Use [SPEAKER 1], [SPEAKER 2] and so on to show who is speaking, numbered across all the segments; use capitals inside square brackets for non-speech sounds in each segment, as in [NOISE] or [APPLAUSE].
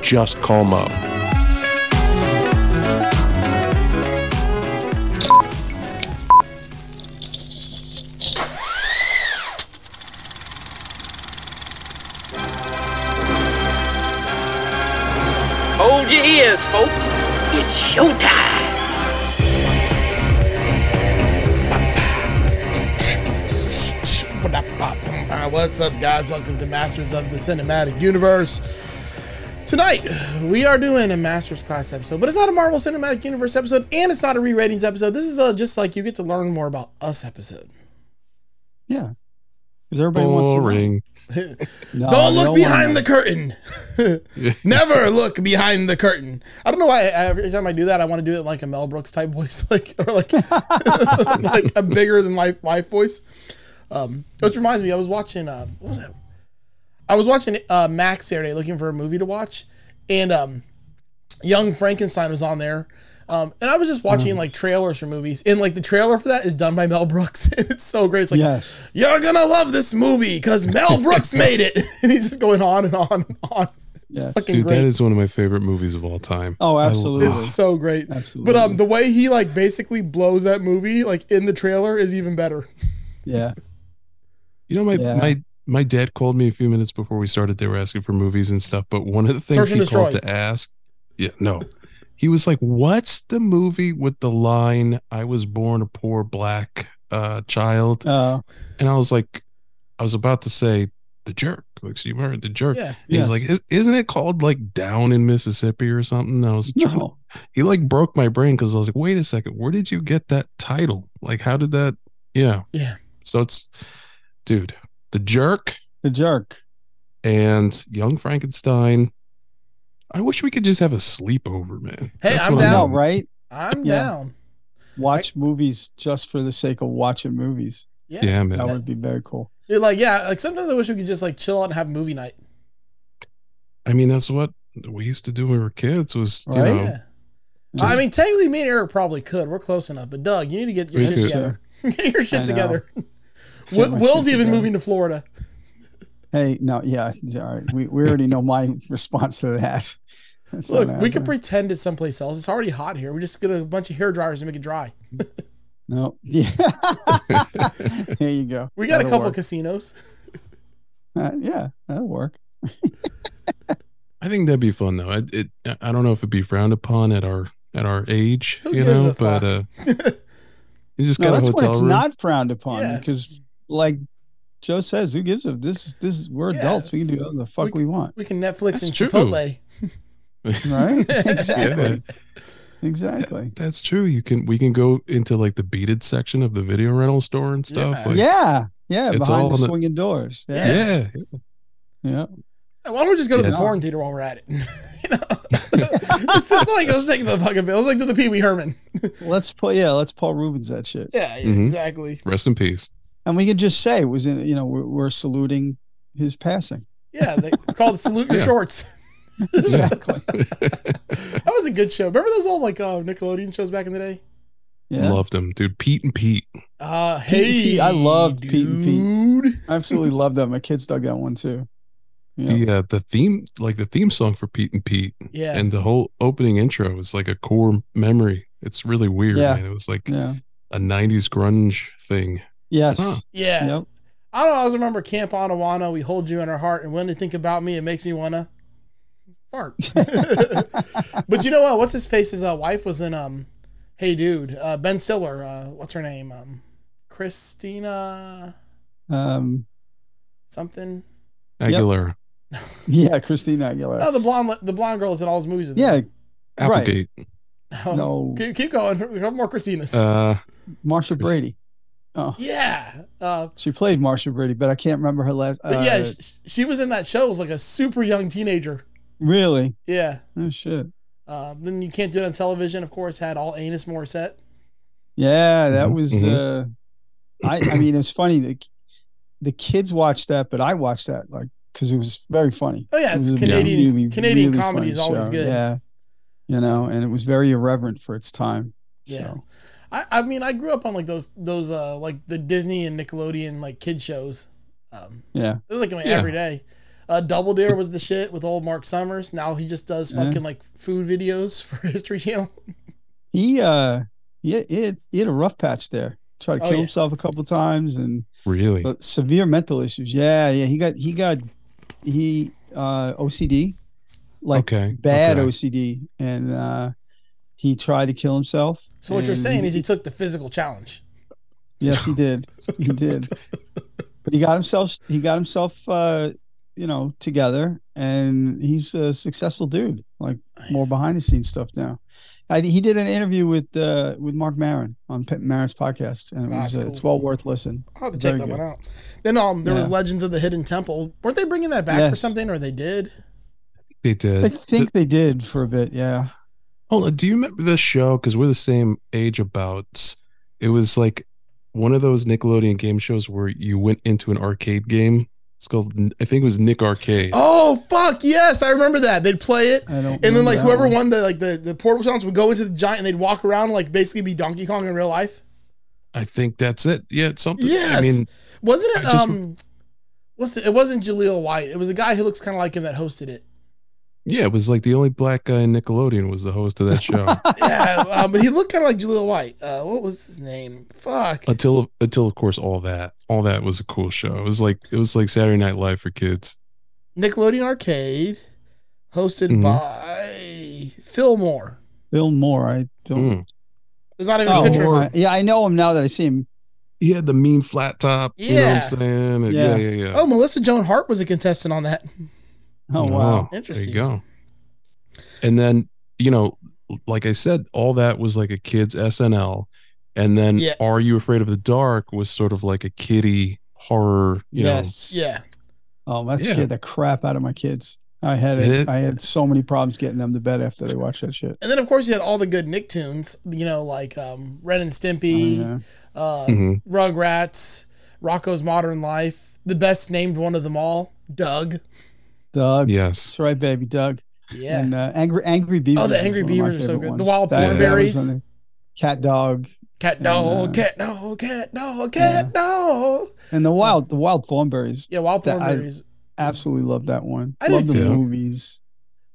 [SPEAKER 1] just call Mo.
[SPEAKER 2] Hold your ears, folks. It's showtime.
[SPEAKER 3] Uh, What's up, guys? Welcome to Masters of the Cinematic Universe. Tonight, we are doing a Masters class episode, but it's not a Marvel Cinematic Universe episode, and it's not a re-ratings episode. This is a, just like you get to learn more about us episode.
[SPEAKER 4] Yeah. Because everybody wants to [LAUGHS]
[SPEAKER 3] don't
[SPEAKER 4] No, they
[SPEAKER 3] look
[SPEAKER 4] want
[SPEAKER 3] behind
[SPEAKER 4] to-
[SPEAKER 3] the curtain. [LAUGHS] Never look behind the curtain. I don't know why I, every time I do that, I want to do it in like a Mel Brooks type [LAUGHS] voice, like or like, [LAUGHS] like a bigger than life life voice. Um, which reminds me, I was watching uh, what was that? I was watching uh, Max Saturday, looking for a movie to watch, and um, Young Frankenstein was on there. Um, and I was just watching like trailers for movies, and like the trailer for that is done by Mel Brooks. [LAUGHS] it's so great. It's like
[SPEAKER 4] Yes.
[SPEAKER 3] you're gonna love this movie because Mel
[SPEAKER 4] [LAUGHS]
[SPEAKER 3] Brooks made it. [LAUGHS] and he's just going on and on and on.
[SPEAKER 4] Yes.
[SPEAKER 3] Fucking
[SPEAKER 5] Dude,
[SPEAKER 3] great.
[SPEAKER 5] that is one of my favorite movies of all time.
[SPEAKER 4] Oh,
[SPEAKER 5] I-
[SPEAKER 4] absolutely.
[SPEAKER 3] it's so great.
[SPEAKER 4] Absolutely.
[SPEAKER 3] But um the way he like basically blows that movie like in the trailer is even better.
[SPEAKER 4] yeah.
[SPEAKER 5] you know, my
[SPEAKER 4] Yeah.
[SPEAKER 5] my my dad called me a few minutes before we started. They were asking for movies and stuff, but one of the things
[SPEAKER 3] Search and
[SPEAKER 5] he called
[SPEAKER 3] Destroy.
[SPEAKER 5] to ask, yeah, no, he was like, "What's the movie with the line I was born a poor black uh, child?"
[SPEAKER 4] Uh,
[SPEAKER 5] And I was like, I was about to say the jerk. Like, so you remember the jerk?
[SPEAKER 3] Yeah.
[SPEAKER 5] And
[SPEAKER 4] yes.
[SPEAKER 5] He's like, "Is- "Isn't it called like Down in Mississippi or something?" And I was trying to
[SPEAKER 4] no.
[SPEAKER 5] he like broke my brain because I was like, wait a second, where did you get that title? Like, how did that? Yeah.
[SPEAKER 3] Yeah.
[SPEAKER 5] So it's, dude, The Jerk
[SPEAKER 4] The jerk.
[SPEAKER 5] and Young Frankenstein. I wish we could just have a sleepover, man.
[SPEAKER 3] Hey, I'm
[SPEAKER 5] what
[SPEAKER 3] down.
[SPEAKER 4] No,
[SPEAKER 5] doing.
[SPEAKER 4] right?
[SPEAKER 3] I'm
[SPEAKER 4] Yeah.
[SPEAKER 3] down.
[SPEAKER 4] Watch movies just for the sake of watching movies.
[SPEAKER 3] Yeah.
[SPEAKER 5] Yeah, man.
[SPEAKER 4] That would be very cool.
[SPEAKER 3] You're like, yeah, like sometimes I wish we could just like chill out and have movie night.
[SPEAKER 5] I mean, that's what we used to do when we were kids. Was you
[SPEAKER 4] Right?
[SPEAKER 5] know,
[SPEAKER 3] Yeah. I
[SPEAKER 5] just-
[SPEAKER 3] mean, technically me and Eric probably could. We're close enough. But Doug, you need to get your
[SPEAKER 5] We
[SPEAKER 3] shit
[SPEAKER 5] could.
[SPEAKER 4] uh,
[SPEAKER 3] together. [LAUGHS] get your
[SPEAKER 4] I
[SPEAKER 3] shit
[SPEAKER 4] know.
[SPEAKER 3] together. [LAUGHS]
[SPEAKER 4] Get
[SPEAKER 3] Will,
[SPEAKER 4] my
[SPEAKER 3] Will's
[SPEAKER 4] shit
[SPEAKER 3] even
[SPEAKER 4] together.
[SPEAKER 3] moving to Florida.
[SPEAKER 4] Hey, no, yeah. yeah, All right. We, we already know my [LAUGHS] response to that. [LAUGHS] That's not
[SPEAKER 3] Look, we could
[SPEAKER 4] happening.
[SPEAKER 3] pretend it's someplace else. It's already hot here. We just get a bunch of hair dryers and make it dry.
[SPEAKER 4] No. [LAUGHS] Yeah. there you go.
[SPEAKER 3] We got
[SPEAKER 4] That'll
[SPEAKER 3] a couple
[SPEAKER 4] work.
[SPEAKER 3] casinos.
[SPEAKER 4] Uh, yeah, that'll work.
[SPEAKER 5] I think that'd be fun though. It, it, I don't know if it'd be frowned upon at our at our age,
[SPEAKER 3] Who
[SPEAKER 5] you
[SPEAKER 3] gives
[SPEAKER 5] know,
[SPEAKER 3] a
[SPEAKER 5] but
[SPEAKER 3] fuck?
[SPEAKER 5] uh, you just
[SPEAKER 4] No,
[SPEAKER 5] got a
[SPEAKER 4] that's when
[SPEAKER 5] hotel
[SPEAKER 4] it's
[SPEAKER 5] room.
[SPEAKER 4] not frowned upon
[SPEAKER 3] Yeah.
[SPEAKER 4] because, like Joe says, who gives a this? is- This is we're
[SPEAKER 3] Yeah.
[SPEAKER 4] adults. We can do whatever the fuck
[SPEAKER 3] We-
[SPEAKER 4] we,
[SPEAKER 3] [LAUGHS]
[SPEAKER 4] want,
[SPEAKER 3] We can Netflix
[SPEAKER 5] That's
[SPEAKER 3] and
[SPEAKER 5] true.
[SPEAKER 3] Chipotle. [LAUGHS]
[SPEAKER 4] right?
[SPEAKER 5] [LAUGHS]
[SPEAKER 4] [LAUGHS]
[SPEAKER 5] Yeah,
[SPEAKER 4] exactly.
[SPEAKER 5] man.
[SPEAKER 4] Exactly.
[SPEAKER 5] That's true. You can we can go into like the beaded section of the video rental store and stuff.
[SPEAKER 3] Yeah.
[SPEAKER 5] like-
[SPEAKER 4] yeah. Yeah.
[SPEAKER 5] it's all
[SPEAKER 4] Behind the
[SPEAKER 5] on the-
[SPEAKER 4] swinging doors. Yeah. Yeah.
[SPEAKER 5] yeah.
[SPEAKER 3] Why don't we just go to the
[SPEAKER 4] Yeah.
[SPEAKER 3] porn theater while we're at it? [LAUGHS] You know? [LAUGHS] it's just like let's take the fucking bill. Let's like do the Pee Wee Herman.
[SPEAKER 4] Let's put, yeah, let's Paul Rubens that shit.
[SPEAKER 3] Yeah, yeah,
[SPEAKER 5] Mhm.
[SPEAKER 3] exactly.
[SPEAKER 5] Rest in peace. [LAUGHS]
[SPEAKER 4] And we can just say it was in, you know, we're, we're saluting his passing.
[SPEAKER 3] Yeah, they, it's called Salute Your
[SPEAKER 5] Yeah.
[SPEAKER 3] Shorts. [LAUGHS]
[SPEAKER 4] Exactly.
[SPEAKER 3] That was a good show. Remember those old like uh, Nickelodeon shows back in the day?
[SPEAKER 4] Yeah.
[SPEAKER 5] Loved him, dude. Pete and Pete.
[SPEAKER 3] Uh,
[SPEAKER 4] Pete and
[SPEAKER 3] hey,
[SPEAKER 4] Pete. I loved
[SPEAKER 3] dude.
[SPEAKER 4] Pete and I absolutely love that. My kids dug that one too. Yeah.
[SPEAKER 5] The uh, the theme like the theme song for Pete and Pete
[SPEAKER 3] Yeah,
[SPEAKER 5] and the whole opening intro is like a core memory. It's really weird,
[SPEAKER 4] Yeah.
[SPEAKER 5] man. It was like
[SPEAKER 4] Yeah.
[SPEAKER 5] a '90s grunge thing.
[SPEAKER 4] Yes.
[SPEAKER 5] Huh.
[SPEAKER 3] yeah.
[SPEAKER 4] Yep.
[SPEAKER 3] I don't always remember Camp Onawana. We hold you in our heart, and when you think about me, it makes me wanna
[SPEAKER 4] [LAUGHS]
[SPEAKER 3] fart. [LAUGHS] but you know what? What's his face's uh, wife was in um, Hey Dude, uh, Ben Stiller. Uh, what's her name? Um, Christina
[SPEAKER 4] Um,
[SPEAKER 3] something.
[SPEAKER 4] Yep.
[SPEAKER 5] Aguilera,
[SPEAKER 4] yeah. Christina Aguilera.
[SPEAKER 3] Oh, the blonde, the blonde girl is in all his movies.
[SPEAKER 4] Uh,
[SPEAKER 3] [LAUGHS]
[SPEAKER 4] yeah. Right.
[SPEAKER 5] Applegate,
[SPEAKER 3] Um,
[SPEAKER 4] No.
[SPEAKER 3] Keep, keep going. [LAUGHS] A couple more Christinas.
[SPEAKER 5] uh,
[SPEAKER 4] Marsha
[SPEAKER 5] Chris-
[SPEAKER 4] Brady. Oh,
[SPEAKER 3] yeah. Uh,
[SPEAKER 4] she played Marsha Brady, but I can't remember her last. Uh,
[SPEAKER 3] but yeah, sh- she was in that show. It was like a super young teenager.
[SPEAKER 4] Really?
[SPEAKER 3] Yeah.
[SPEAKER 4] Oh shit.
[SPEAKER 3] Um, then you can't do it on television. Of course, had all Anus Morissette.
[SPEAKER 4] Yeah, that
[SPEAKER 5] Mhm,
[SPEAKER 4] was.
[SPEAKER 5] mhm.
[SPEAKER 4] uh I I mean, it's funny. The, the kids watched that, but I watched that like because it was very funny.
[SPEAKER 3] Oh yeah, it's
[SPEAKER 4] It was a
[SPEAKER 3] Canadian.
[SPEAKER 4] Mm, really,
[SPEAKER 3] Canadian
[SPEAKER 4] really
[SPEAKER 3] comedy
[SPEAKER 4] funny
[SPEAKER 3] is always
[SPEAKER 4] show,
[SPEAKER 3] good.
[SPEAKER 4] Yeah, you know, and it was very irreverent for its time.
[SPEAKER 3] Yeah.
[SPEAKER 4] So,
[SPEAKER 3] I, I mean, I grew up on like those those uh like the Disney and Nickelodeon like kid shows. Um,
[SPEAKER 4] yeah,
[SPEAKER 3] it was like my
[SPEAKER 5] Yeah.
[SPEAKER 3] every day. Uh, Double Dare was the shit with old Mark Summers. Now he just does
[SPEAKER 4] Yeah.
[SPEAKER 3] fucking like food videos [LAUGHS] for History Channel.
[SPEAKER 4] he uh, he it he had a rough patch there. Tried to
[SPEAKER 3] Oh,
[SPEAKER 4] kill
[SPEAKER 3] yeah.
[SPEAKER 4] himself a couple times and
[SPEAKER 5] Really?
[SPEAKER 4] but Uh, severe mental issues. Yeah, yeah. He got he got he uh OCD, like
[SPEAKER 5] okay.
[SPEAKER 4] bad
[SPEAKER 5] okay.
[SPEAKER 4] OCD, and uh he tried to kill himself.
[SPEAKER 3] So what you're
[SPEAKER 4] and
[SPEAKER 3] saying is he took the physical challenge.
[SPEAKER 4] Yes, he did.
[SPEAKER 3] [LAUGHS]
[SPEAKER 4] He did. But he got himself he got himself uh you know together and he's a successful dude. Like more
[SPEAKER 3] Nice.
[SPEAKER 4] behind the scenes stuff now. I, he did an interview with uh with Mark Maron on Pet Maron's podcast and it
[SPEAKER 3] Ah,
[SPEAKER 4] was
[SPEAKER 3] that's
[SPEAKER 4] uh, it's
[SPEAKER 3] cool.
[SPEAKER 4] well worth listen.
[SPEAKER 3] I'll have to check
[SPEAKER 4] Very
[SPEAKER 3] that
[SPEAKER 4] good.
[SPEAKER 3] one out. Then um, there was
[SPEAKER 4] Yeah.
[SPEAKER 3] Legends of the Hidden Temple. Weren't they bringing that back for
[SPEAKER 4] Yes.
[SPEAKER 3] something, or they did?
[SPEAKER 5] They
[SPEAKER 4] I
[SPEAKER 5] did.
[SPEAKER 4] think they did for a bit, yeah.
[SPEAKER 5] Hold on. Do you remember the show? Because we're the same age about. It was like one of those Nickelodeon game shows where you went into an arcade game. It's called, I think it was Nick Arcade.
[SPEAKER 3] Oh fuck yes, I remember that. They'd play it,
[SPEAKER 4] I don't
[SPEAKER 3] and then like
[SPEAKER 4] remember that
[SPEAKER 3] whoever
[SPEAKER 4] one.
[SPEAKER 3] won the like the, the portable challenge would go into the giant, and they'd walk around like basically be Donkey Kong in real life.
[SPEAKER 5] I think that's it. Yeah, it's something.
[SPEAKER 3] Yes.
[SPEAKER 5] I mean,
[SPEAKER 3] Wasn't it?
[SPEAKER 5] I just-
[SPEAKER 3] um, what's it? It wasn't Jaleel White. It was a guy who looks kind of like him that hosted it.
[SPEAKER 5] yeah, it was like the only black guy in Nickelodeon was the host of
[SPEAKER 3] [LAUGHS]
[SPEAKER 5] that show
[SPEAKER 3] Yeah, uh, but he looked kind of like Jaleel White. Uh, what was his name? Fuck.
[SPEAKER 5] until until of course all that all that was a cool show. It was like it was like Saturday Night Live for kids.
[SPEAKER 3] Nickelodeon Arcade, hosted
[SPEAKER 5] Mhm.
[SPEAKER 3] by Phil Moore.
[SPEAKER 4] [LAUGHS] Bill Moore. I don't.
[SPEAKER 5] Mm.
[SPEAKER 3] There's not even
[SPEAKER 4] Oh,
[SPEAKER 3] a picture.
[SPEAKER 5] Moore.
[SPEAKER 3] of
[SPEAKER 4] I- yeah, I know him now that I see him.
[SPEAKER 5] He had the mean flat top. You know what
[SPEAKER 3] Yeah.
[SPEAKER 5] I'm saying? And
[SPEAKER 4] Yeah.
[SPEAKER 5] Yeah, yeah, yeah.
[SPEAKER 3] Oh, Melissa Joan Hart was a contestant on that.
[SPEAKER 4] Oh wow.
[SPEAKER 3] Interesting.
[SPEAKER 5] There you go. And then, you know, like I said, all that was like a kid's SNL. And then
[SPEAKER 3] Yeah.
[SPEAKER 5] Are You Afraid of the Dark was sort of like a kiddie horror, you
[SPEAKER 4] yes.
[SPEAKER 3] Yeah.
[SPEAKER 4] Oh, that
[SPEAKER 5] Yeah.
[SPEAKER 4] scared the crap out of my kids. I had
[SPEAKER 5] Did it?
[SPEAKER 4] it. I had so many problems getting them to bed after they watched that shit.
[SPEAKER 3] And then, of course, you had all the good Nicktoons, you know, like um, Red and Stimpy,
[SPEAKER 4] Oh, Yeah.
[SPEAKER 3] uh,
[SPEAKER 5] know. Mhm.
[SPEAKER 3] Rugrats, Rocco's Modern Life, the best named one of them all, Doug.
[SPEAKER 4] Doug.
[SPEAKER 5] Yes.
[SPEAKER 4] That's right, baby Doug.
[SPEAKER 3] Yeah.
[SPEAKER 4] And uh, angry angry beavers.
[SPEAKER 3] Oh, the
[SPEAKER 4] was
[SPEAKER 3] Angry
[SPEAKER 4] one of my
[SPEAKER 3] Beavers are so
[SPEAKER 4] favorite
[SPEAKER 3] good. The
[SPEAKER 4] ones.
[SPEAKER 3] Wild
[SPEAKER 4] That- that was
[SPEAKER 3] Thornberries.
[SPEAKER 4] one of- Cat dog
[SPEAKER 3] cat
[SPEAKER 4] and,
[SPEAKER 3] dog,
[SPEAKER 4] uh,
[SPEAKER 3] cat dog, cat dog, cat dog.
[SPEAKER 4] and the wild the wild thornberries.
[SPEAKER 3] Yeah, Wild
[SPEAKER 4] That- I-
[SPEAKER 3] Thornberries.
[SPEAKER 4] Absolutely love that one.
[SPEAKER 3] I do
[SPEAKER 4] love the
[SPEAKER 5] too.
[SPEAKER 4] movies.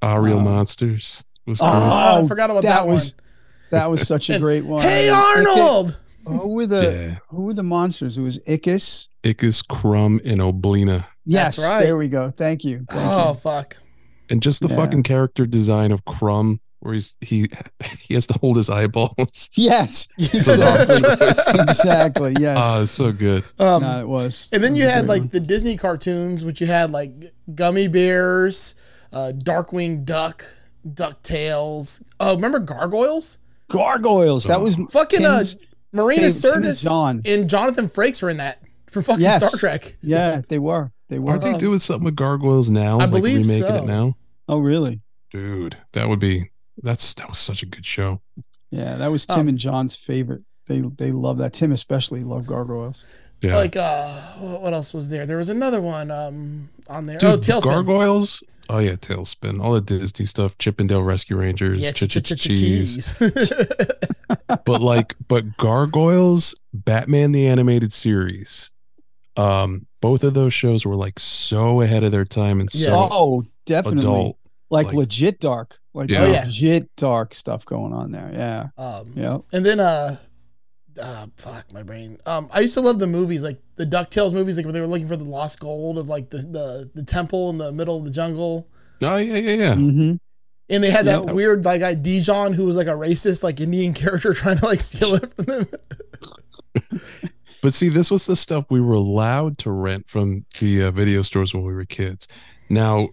[SPEAKER 5] Are Real
[SPEAKER 4] Wow.
[SPEAKER 5] Monsters was
[SPEAKER 3] Oh,
[SPEAKER 5] cool.
[SPEAKER 3] I forgot about that,
[SPEAKER 4] that was that was such
[SPEAKER 3] [LAUGHS]
[SPEAKER 4] a
[SPEAKER 3] And,
[SPEAKER 4] great
[SPEAKER 3] one.
[SPEAKER 4] one.
[SPEAKER 3] Hey,
[SPEAKER 4] I- I think-
[SPEAKER 3] Arnold.
[SPEAKER 4] Who were the
[SPEAKER 5] yeah.
[SPEAKER 4] who were the monsters? It was Ickis.
[SPEAKER 5] Ickis, Crumb, and Oblina.
[SPEAKER 4] Yes,
[SPEAKER 3] right.
[SPEAKER 4] there we go. Thank you. Thank you.
[SPEAKER 3] Oh,
[SPEAKER 4] [LAUGHS]
[SPEAKER 3] fuck.
[SPEAKER 5] And just the
[SPEAKER 4] Yeah.
[SPEAKER 5] fucking character design of Crumb, where he's he [LAUGHS] he has to hold his eyeballs.
[SPEAKER 4] Yes,
[SPEAKER 3] [LAUGHS]
[SPEAKER 5] is
[SPEAKER 4] exactly. Yes,
[SPEAKER 5] Ah, it's so good.
[SPEAKER 3] um,
[SPEAKER 4] no, it was.
[SPEAKER 3] And then
[SPEAKER 4] It
[SPEAKER 3] you
[SPEAKER 4] was a
[SPEAKER 3] had
[SPEAKER 4] great
[SPEAKER 3] like
[SPEAKER 4] one.
[SPEAKER 3] the Disney cartoons, which you had like Gummy Bears, uh, Darkwing Duck, DuckTales. Oh, remember Gargoyles?
[SPEAKER 4] gargoyles. That was
[SPEAKER 3] Fucking uh,
[SPEAKER 4] Tim's-
[SPEAKER 3] Marina
[SPEAKER 4] Tim- Tim and
[SPEAKER 3] Sirtis
[SPEAKER 4] John.
[SPEAKER 3] and Jonathan Frakes were in that for fucking
[SPEAKER 4] Yes.
[SPEAKER 3] Star Trek.
[SPEAKER 4] Yeah, they were. They were.
[SPEAKER 5] Aren't they doing something with gargoyles now?
[SPEAKER 3] I
[SPEAKER 5] like
[SPEAKER 3] believe
[SPEAKER 5] remaking
[SPEAKER 3] so.
[SPEAKER 5] it now?
[SPEAKER 4] Oh, really?
[SPEAKER 5] Dude, that would be that's that was such a good show.
[SPEAKER 4] Yeah, that was Tim
[SPEAKER 3] Um,
[SPEAKER 4] and John's favorite. They they love that. Tim especially loved gargoyles.
[SPEAKER 5] Yeah.
[SPEAKER 3] Like, uh, wh- what else was there? There was another one um on there.
[SPEAKER 5] Dude,
[SPEAKER 3] oh, Tailspin.
[SPEAKER 5] gargoyles. Oh yeah, Tailspin. All the Disney stuff, Chippendale Rescue Rangers,
[SPEAKER 3] yeah,
[SPEAKER 5] Cheese.
[SPEAKER 3] cheese.
[SPEAKER 5] [LAUGHS] But like, but gargoyles, Batman the animated series. Um, both of those shows were like so ahead of their time and
[SPEAKER 3] Yes.
[SPEAKER 5] so
[SPEAKER 4] Oh, definitely.
[SPEAKER 5] adult.
[SPEAKER 4] Like,
[SPEAKER 5] like-
[SPEAKER 4] legit dark. Like
[SPEAKER 5] Yeah. Oh,
[SPEAKER 3] yeah.
[SPEAKER 4] legit dark stuff going on there. Yeah.
[SPEAKER 3] [LAUGHS] um,
[SPEAKER 4] Yeah.
[SPEAKER 3] And then uh, uh fuck my brain. Um I used to love the movies, like the DuckTales movies, like where they were looking for the lost gold of like the the, the temple in the middle of the jungle.
[SPEAKER 5] Oh yeah, yeah, yeah.
[SPEAKER 4] hmm
[SPEAKER 3] And they had that
[SPEAKER 4] Yeah.
[SPEAKER 3] weird like guy Dijon who was like a racist like Indian [LAUGHS] character trying to like steal it from them.
[SPEAKER 5] But see, this was the stuff we were allowed to rent from the uh, video stores when we were kids. Now,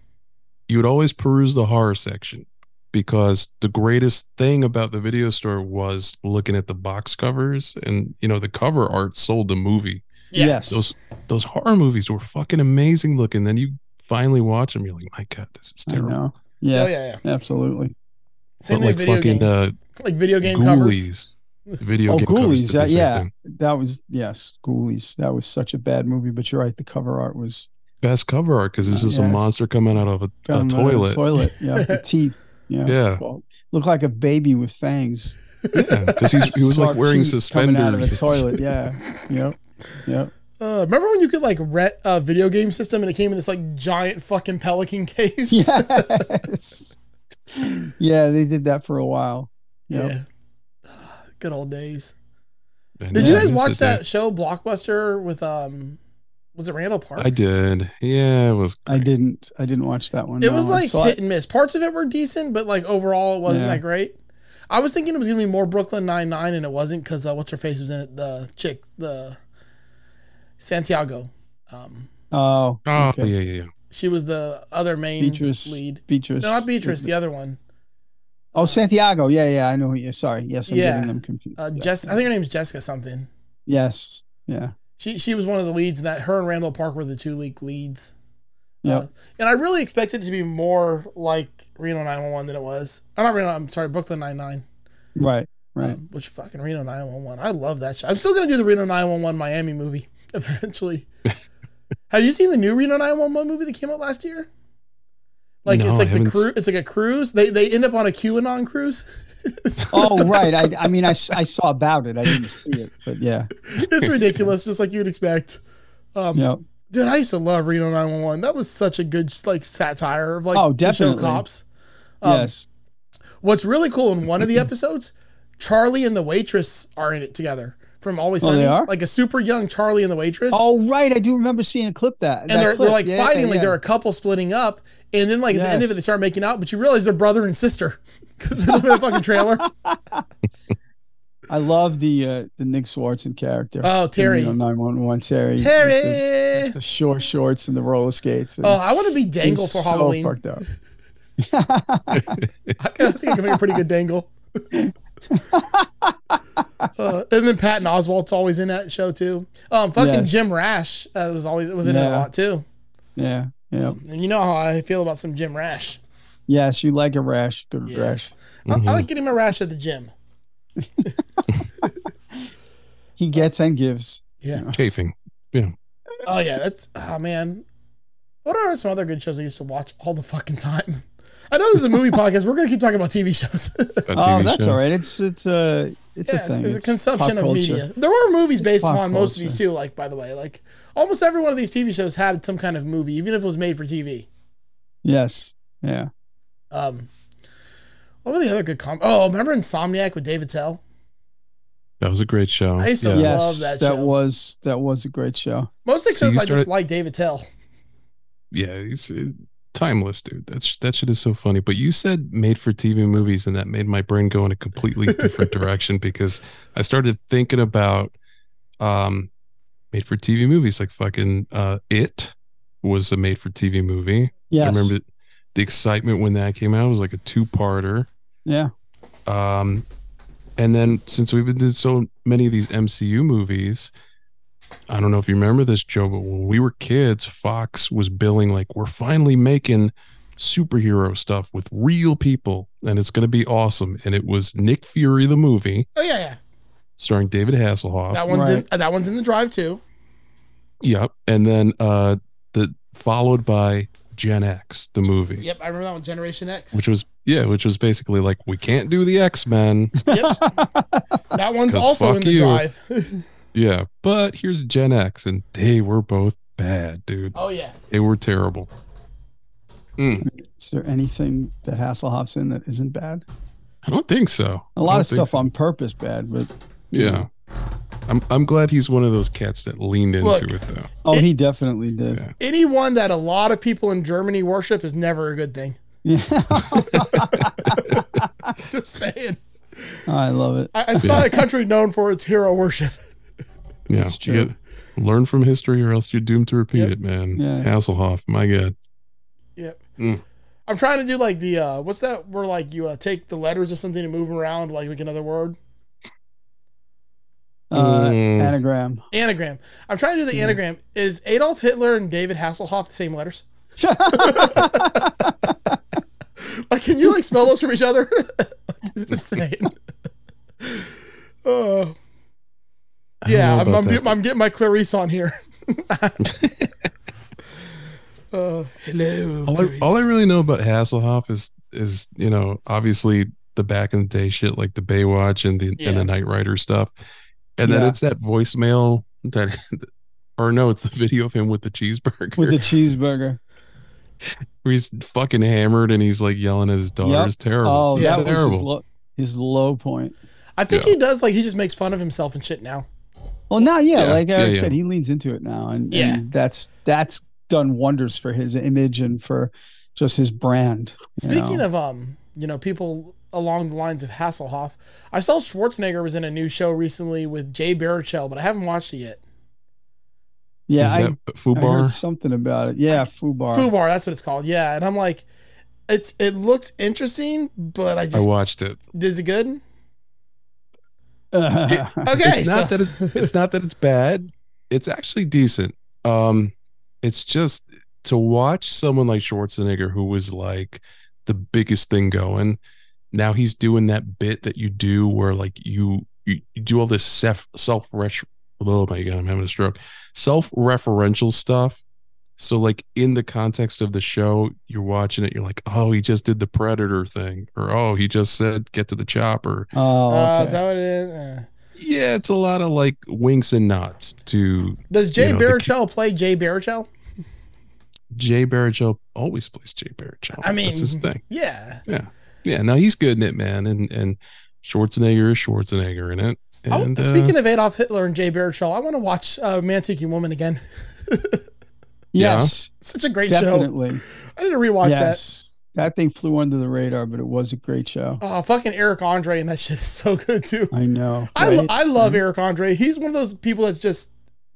[SPEAKER 5] you would always peruse the horror section because the greatest thing about the video store was looking at the box covers and you know the cover art sold the movie.
[SPEAKER 3] Yeah.
[SPEAKER 4] Yes.
[SPEAKER 5] Those those horror movies were fucking amazing looking. Then you finally watch them, you're like, my god, this is
[SPEAKER 4] I
[SPEAKER 5] terrible.
[SPEAKER 4] know. Yeah,
[SPEAKER 3] Oh yeah, yeah.
[SPEAKER 4] absolutely.
[SPEAKER 3] Same thing
[SPEAKER 5] but like
[SPEAKER 3] with video
[SPEAKER 5] fucking
[SPEAKER 3] games.
[SPEAKER 5] uh,
[SPEAKER 3] like video game covers.
[SPEAKER 5] Ghoulies. Video
[SPEAKER 4] Oh,
[SPEAKER 5] game covers
[SPEAKER 4] Ghoulies,
[SPEAKER 5] did the
[SPEAKER 4] that-
[SPEAKER 5] same
[SPEAKER 4] yeah.
[SPEAKER 5] thing.
[SPEAKER 4] That was yes, Ghoulies. That was such a bad movie, but you're right. The cover art was
[SPEAKER 5] Best cover art because this
[SPEAKER 4] Uh,
[SPEAKER 5] is a
[SPEAKER 4] yes.
[SPEAKER 5] monster coming out of a, a
[SPEAKER 4] um,
[SPEAKER 5] toilet.
[SPEAKER 4] toilet. Yeah,
[SPEAKER 5] [LAUGHS]
[SPEAKER 4] the teeth. Yeah.
[SPEAKER 5] Yeah.
[SPEAKER 4] Well, looked like a baby with fangs.
[SPEAKER 5] Yeah, because he was like
[SPEAKER 4] Sharp
[SPEAKER 5] wearing
[SPEAKER 4] teeth coming
[SPEAKER 5] suspenders.
[SPEAKER 4] out of a
[SPEAKER 5] [LAUGHS]
[SPEAKER 4] toilet. Yeah. Yep. Yep.
[SPEAKER 3] Uh, remember when you could like rent a video game system and it came in this like giant fucking pelican [LAUGHS] case?
[SPEAKER 4] Yes. [LAUGHS] yeah, they did that for a while. Yep.
[SPEAKER 3] Yeah. Ah, Good old days.
[SPEAKER 5] And
[SPEAKER 3] Did
[SPEAKER 5] yeah,
[SPEAKER 3] you guys
[SPEAKER 5] it's
[SPEAKER 3] watch
[SPEAKER 5] just
[SPEAKER 3] that show Blockbuster with um was it Randall Park?
[SPEAKER 5] I did. Yeah, it was.
[SPEAKER 4] I didn't. I didn't watch that one.
[SPEAKER 3] It
[SPEAKER 4] no.
[SPEAKER 3] was
[SPEAKER 4] I
[SPEAKER 3] like
[SPEAKER 4] saw
[SPEAKER 3] hit
[SPEAKER 4] it.
[SPEAKER 3] and miss. Parts of it were decent, but like overall it wasn't
[SPEAKER 4] Yeah.
[SPEAKER 3] that great. I was thinking it was gonna be more Brooklyn Nine Nine, and it wasn't because uh, what's her face was in it? The chick, the Santiago. Um,
[SPEAKER 4] Oh,
[SPEAKER 5] Oh
[SPEAKER 4] okay.
[SPEAKER 5] yeah, yeah, yeah.
[SPEAKER 3] she was the other main
[SPEAKER 4] Beatrice.
[SPEAKER 3] lead.
[SPEAKER 4] Beatrice.
[SPEAKER 3] No, not Beatrice, the other one.
[SPEAKER 4] Oh, Santiago. Yeah, yeah. I know. who you Sorry. Yes, I'm
[SPEAKER 3] Yeah.
[SPEAKER 4] getting them confused.
[SPEAKER 3] Uh,
[SPEAKER 4] yeah.
[SPEAKER 3] Jess, I think her name's Jessica something.
[SPEAKER 4] Yes. Yeah.
[SPEAKER 3] She she was one of the leads in that. Her and Randall Park were the two league leads.
[SPEAKER 4] Yep.
[SPEAKER 3] Uh, and I really expected it to be more like Reno 911 than it was. I'm not Reno. I'm sorry, Brooklyn Nine Nine.
[SPEAKER 4] right. Right.
[SPEAKER 3] Um, which fucking Reno 911. I love that shit. I'm still gonna do the Reno 911 Miami movie [LAUGHS]
[SPEAKER 4] [LAUGHS]
[SPEAKER 3] eventually. Have you seen the new Reno 911 movie that came out last year? Like
[SPEAKER 5] No,
[SPEAKER 3] it's
[SPEAKER 5] I
[SPEAKER 3] like the
[SPEAKER 5] haven't
[SPEAKER 3] cruise. It's like a cruise. They they end up on a QAnon cruise. [LAUGHS]
[SPEAKER 4] oh, right. I, I mean, I, s- I saw about it. I didn't see it, but yeah.
[SPEAKER 3] it's ridiculous, just like you'd expect. Um,
[SPEAKER 4] Yep.
[SPEAKER 3] Dude, I used to love Reno 911. That was such a good like satire of like
[SPEAKER 4] Oh,
[SPEAKER 3] the show
[SPEAKER 4] definitely.
[SPEAKER 3] cops. Um,
[SPEAKER 4] yes.
[SPEAKER 3] What's really cool in one of
[SPEAKER 4] [LAUGHS]
[SPEAKER 3] the episodes, Charlie and the waitress are in it together from Always
[SPEAKER 4] Oh, they
[SPEAKER 3] Sunny.
[SPEAKER 4] are?
[SPEAKER 3] Like a super young Charlie and the waitress.
[SPEAKER 4] Oh, right. I do remember seeing a clip that.
[SPEAKER 3] and they're, they're like fighting, like they're a couple splitting up. And then like at the end of it,
[SPEAKER 4] Yes.
[SPEAKER 3] they start making out, but you realize they're brother and sister [LAUGHS] because they live in a fucking
[SPEAKER 4] [LAUGHS]
[SPEAKER 3] trailer.
[SPEAKER 4] I love the uh, the Nick Swartzen character.
[SPEAKER 3] Oh, Terry.
[SPEAKER 4] Nine one one Terry. with the-
[SPEAKER 3] Terry.
[SPEAKER 4] the short shorts and the roller skates. and
[SPEAKER 3] Oh, I want to be dangle
[SPEAKER 4] he's
[SPEAKER 3] for
[SPEAKER 4] so
[SPEAKER 3] Halloween.
[SPEAKER 4] Fucked up.
[SPEAKER 3] I can- [LAUGHS] I think I can make a pretty good
[SPEAKER 4] [LAUGHS]
[SPEAKER 3] dangle. Uh, and then Patton Oswalt's always in that show too. Um, fucking
[SPEAKER 4] Yes.
[SPEAKER 3] Jim Rash uh, was always was in it a
[SPEAKER 4] Yeah.
[SPEAKER 3] lot too.
[SPEAKER 4] yeah, yeah.
[SPEAKER 3] And you know how I feel about some Jim Rash.
[SPEAKER 4] Yes, you like a rash. Good
[SPEAKER 3] Yeah.
[SPEAKER 4] rash.
[SPEAKER 3] I, I like getting my rash at the gym.
[SPEAKER 4] He gets and gives.
[SPEAKER 3] Yeah.
[SPEAKER 5] Chafing.
[SPEAKER 3] Oh yeah, that's oh man. What are some other good shows I used to watch all the fucking time? I know this is a
[SPEAKER 4] [LAUGHS]
[SPEAKER 3] movie podcast. We're gonna keep talking about TV shows. [LAUGHS]
[SPEAKER 5] about
[SPEAKER 4] Oh,
[SPEAKER 5] TV
[SPEAKER 4] that's
[SPEAKER 5] shows.
[SPEAKER 4] all right. It's it's a it's
[SPEAKER 3] yeah,
[SPEAKER 4] a thing.
[SPEAKER 3] it's, a
[SPEAKER 4] It's
[SPEAKER 3] consumption
[SPEAKER 4] pop
[SPEAKER 3] of
[SPEAKER 4] culture.
[SPEAKER 3] media. There were movies based
[SPEAKER 4] pop
[SPEAKER 3] upon most of
[SPEAKER 4] culture.
[SPEAKER 3] these too. Like by the way, like almost every one of these TV shows had some kind of movie, even if it was made for TV.
[SPEAKER 4] Yes. Yeah.
[SPEAKER 3] Um, what were the other good com? Oh, remember Insomniac with David Tell?
[SPEAKER 5] That was a great show.
[SPEAKER 3] I used to
[SPEAKER 5] Yeah.
[SPEAKER 3] love
[SPEAKER 4] yes.
[SPEAKER 3] that
[SPEAKER 4] That,
[SPEAKER 3] show.
[SPEAKER 4] was that was a great show.
[SPEAKER 3] Most things
[SPEAKER 5] So you
[SPEAKER 3] I just
[SPEAKER 5] started-
[SPEAKER 3] like David Tell.
[SPEAKER 5] Yeah, he's, he's timeless, dude. That's that shit is so funny. But you said made for TV movies, and that made my brain go in a completely
[SPEAKER 3] [LAUGHS]
[SPEAKER 5] different direction because I started thinking about um made for TV movies, like fucking uh It was a made for TV movie.
[SPEAKER 4] Yes.
[SPEAKER 5] I remember the excitement when that came out. It was like a two parter.
[SPEAKER 4] Yeah.
[SPEAKER 5] Um, and then since we've been doing so many of these MCU movies, I don't know if you remember this, Joe, but when we were kids, Fox was billing like we're finally making superhero stuff with real people, and it's going to be awesome. And it was Nick Fury the movie
[SPEAKER 3] Oh yeah, yeah.
[SPEAKER 5] starring David Hasselhoff.
[SPEAKER 3] That one's
[SPEAKER 4] Right.
[SPEAKER 3] in. That one's in the drive too.
[SPEAKER 5] Yep, and then uh, the followed by Gen X the movie.
[SPEAKER 3] Yep, I remember that one. Generation X.
[SPEAKER 5] Which was yeah, which was basically like we can't do the X Men, [LAUGHS]
[SPEAKER 3] Yep. that one's
[SPEAKER 5] 'Cause
[SPEAKER 3] also in
[SPEAKER 5] fuck
[SPEAKER 3] the
[SPEAKER 5] you.
[SPEAKER 3] drive.
[SPEAKER 5] Yeah, but here's Gen X, and they were both bad, dude.
[SPEAKER 3] oh yeah.
[SPEAKER 5] They were terrible. Mm,
[SPEAKER 4] Is there anything that Hasselhoff's in that isn't bad?
[SPEAKER 5] I don't think so.
[SPEAKER 4] A
[SPEAKER 5] I
[SPEAKER 4] lot
[SPEAKER 5] don't
[SPEAKER 4] of
[SPEAKER 5] think-
[SPEAKER 4] stuff on purpose bad, but
[SPEAKER 5] Yeah, I'm. I'm glad he's one of those cats that leaned into
[SPEAKER 3] Look.
[SPEAKER 5] it though.
[SPEAKER 4] oh, he definitely did.
[SPEAKER 5] Yeah.
[SPEAKER 3] Anyone that a lot of people in Germany worship is never a good thing. [LAUGHS]
[SPEAKER 4] Yeah. [LAUGHS]
[SPEAKER 3] Just saying.
[SPEAKER 4] I love it.
[SPEAKER 3] I, it's not a country known for its hero worship.
[SPEAKER 5] Yeah,
[SPEAKER 4] That's
[SPEAKER 5] you
[SPEAKER 4] true.
[SPEAKER 5] get- learn from history, or else you're doomed to repeat
[SPEAKER 3] Yep.
[SPEAKER 5] it, man.
[SPEAKER 4] Yes.
[SPEAKER 5] Hasselhoff, my god.
[SPEAKER 3] Yep.
[SPEAKER 5] Mm.
[SPEAKER 3] I'm trying to do like the uh what's that where like you uh, take the letters of something and move them around like make another word
[SPEAKER 4] Uh,
[SPEAKER 5] Mm.
[SPEAKER 4] Anagram. [LAUGHS]
[SPEAKER 3] anagram. I'm trying to
[SPEAKER 5] Mm-hmm.
[SPEAKER 3] do the anagram. Is Adolf Hitler and David Hasselhoff the same letters? [LAUGHS] Like, can you like smell those from each other? [LAUGHS] Just saying. [LAUGHS] Oh
[SPEAKER 5] I don't
[SPEAKER 3] yeah,
[SPEAKER 5] know
[SPEAKER 3] I'm,
[SPEAKER 5] about
[SPEAKER 3] I'm,
[SPEAKER 5] that.
[SPEAKER 3] get- I'm getting my Clarice on here. [LAUGHS] uh, hello.
[SPEAKER 5] all I,
[SPEAKER 3] Clarice.
[SPEAKER 5] all I really know about Hasselhoff is is you know obviously the back in the day shit like the Baywatch and the and
[SPEAKER 3] Yeah.
[SPEAKER 5] the Knight Rider stuff, and then
[SPEAKER 4] Yeah.
[SPEAKER 5] it's that voicemail that, [LAUGHS] or no, it's the video of him with the cheeseburger
[SPEAKER 4] with the cheeseburger.
[SPEAKER 5] [LAUGHS] where he's fucking hammered and he's like yelling at his daughter.
[SPEAKER 4] Yep.
[SPEAKER 5] It's terrible.
[SPEAKER 4] Oh,
[SPEAKER 3] Yeah,
[SPEAKER 4] that was his
[SPEAKER 5] terrible.
[SPEAKER 4] low, his low point.
[SPEAKER 3] I think
[SPEAKER 5] Yeah.
[SPEAKER 3] he does like he just makes fun of himself and shit now.
[SPEAKER 4] Well, now, yeah,
[SPEAKER 5] Yeah,
[SPEAKER 4] like
[SPEAKER 5] yeah,
[SPEAKER 4] Eric
[SPEAKER 5] yeah.
[SPEAKER 4] said, he leans into it now, and,
[SPEAKER 3] Yeah.
[SPEAKER 4] and that's that's done wonders for his image and for just his brand. you
[SPEAKER 3] Speaking
[SPEAKER 4] know?
[SPEAKER 3] of um, you know, people along the lines of Hasselhoff, I saw Schwarzenegger was in a new show recently with Jay Baruchel, but I haven't watched it yet.
[SPEAKER 4] yeah,
[SPEAKER 5] is
[SPEAKER 4] I,
[SPEAKER 5] that Fubar?
[SPEAKER 4] I heard something about it. Yeah, Fubar. [LAUGHS]
[SPEAKER 3] Fubar, that's what it's called. Yeah, and I'm like, it's it looks interesting, but I
[SPEAKER 5] I
[SPEAKER 3] just
[SPEAKER 5] watched it.
[SPEAKER 3] is it good?
[SPEAKER 4] Oh, Fubar.
[SPEAKER 3] Okay,
[SPEAKER 5] [LAUGHS] it's not
[SPEAKER 3] so-
[SPEAKER 5] that it, it's not that it's bad. It's actually decent. Um, it's just to watch someone like Schwarzenegger, who was like the biggest thing going. Now he's doing that bit that you do where like you you, you do all this self self oh my god, I'm having a stroke. Self referential stuff. So like in the context of the show, you're watching it, you're like, oh, he just did the predator thing, or oh, he just said get to the chopper.
[SPEAKER 3] [LAUGHS]
[SPEAKER 4] oh,
[SPEAKER 3] uh,
[SPEAKER 4] okay.
[SPEAKER 3] is that what it is? Uh,
[SPEAKER 5] Yeah, it's a lot of like winks and nods to
[SPEAKER 3] does Jay
[SPEAKER 5] You know, the
[SPEAKER 3] Baruchel play Jay Baruchel?
[SPEAKER 5] Jay Baruchel. Always plays Jay Baruchel.
[SPEAKER 3] I mean, mm-hmm.
[SPEAKER 5] that's his thing.
[SPEAKER 3] yeah.
[SPEAKER 5] Yeah, now he's good in it, man. And and Schwarzenegger is Schwarzenegger in it.
[SPEAKER 3] I-
[SPEAKER 5] And
[SPEAKER 3] Oh,
[SPEAKER 5] uh,
[SPEAKER 3] speaking of Adolf Hitler and Jay Baruchel, I want to watch uh, Man Seeking Woman again. [LAUGHS]
[SPEAKER 5] yeah.
[SPEAKER 4] yes,
[SPEAKER 3] Such a great show.
[SPEAKER 4] definitely.
[SPEAKER 3] I need to rewatch that.
[SPEAKER 4] yes, that. thing flew under the radar, but it was a great show.
[SPEAKER 3] Oh, fucking Eric Andre and that shit is so good too.
[SPEAKER 4] I Mm-hmm. know.
[SPEAKER 3] I, lo-
[SPEAKER 4] right?
[SPEAKER 3] I love Eric Andre. He's one of those people that's just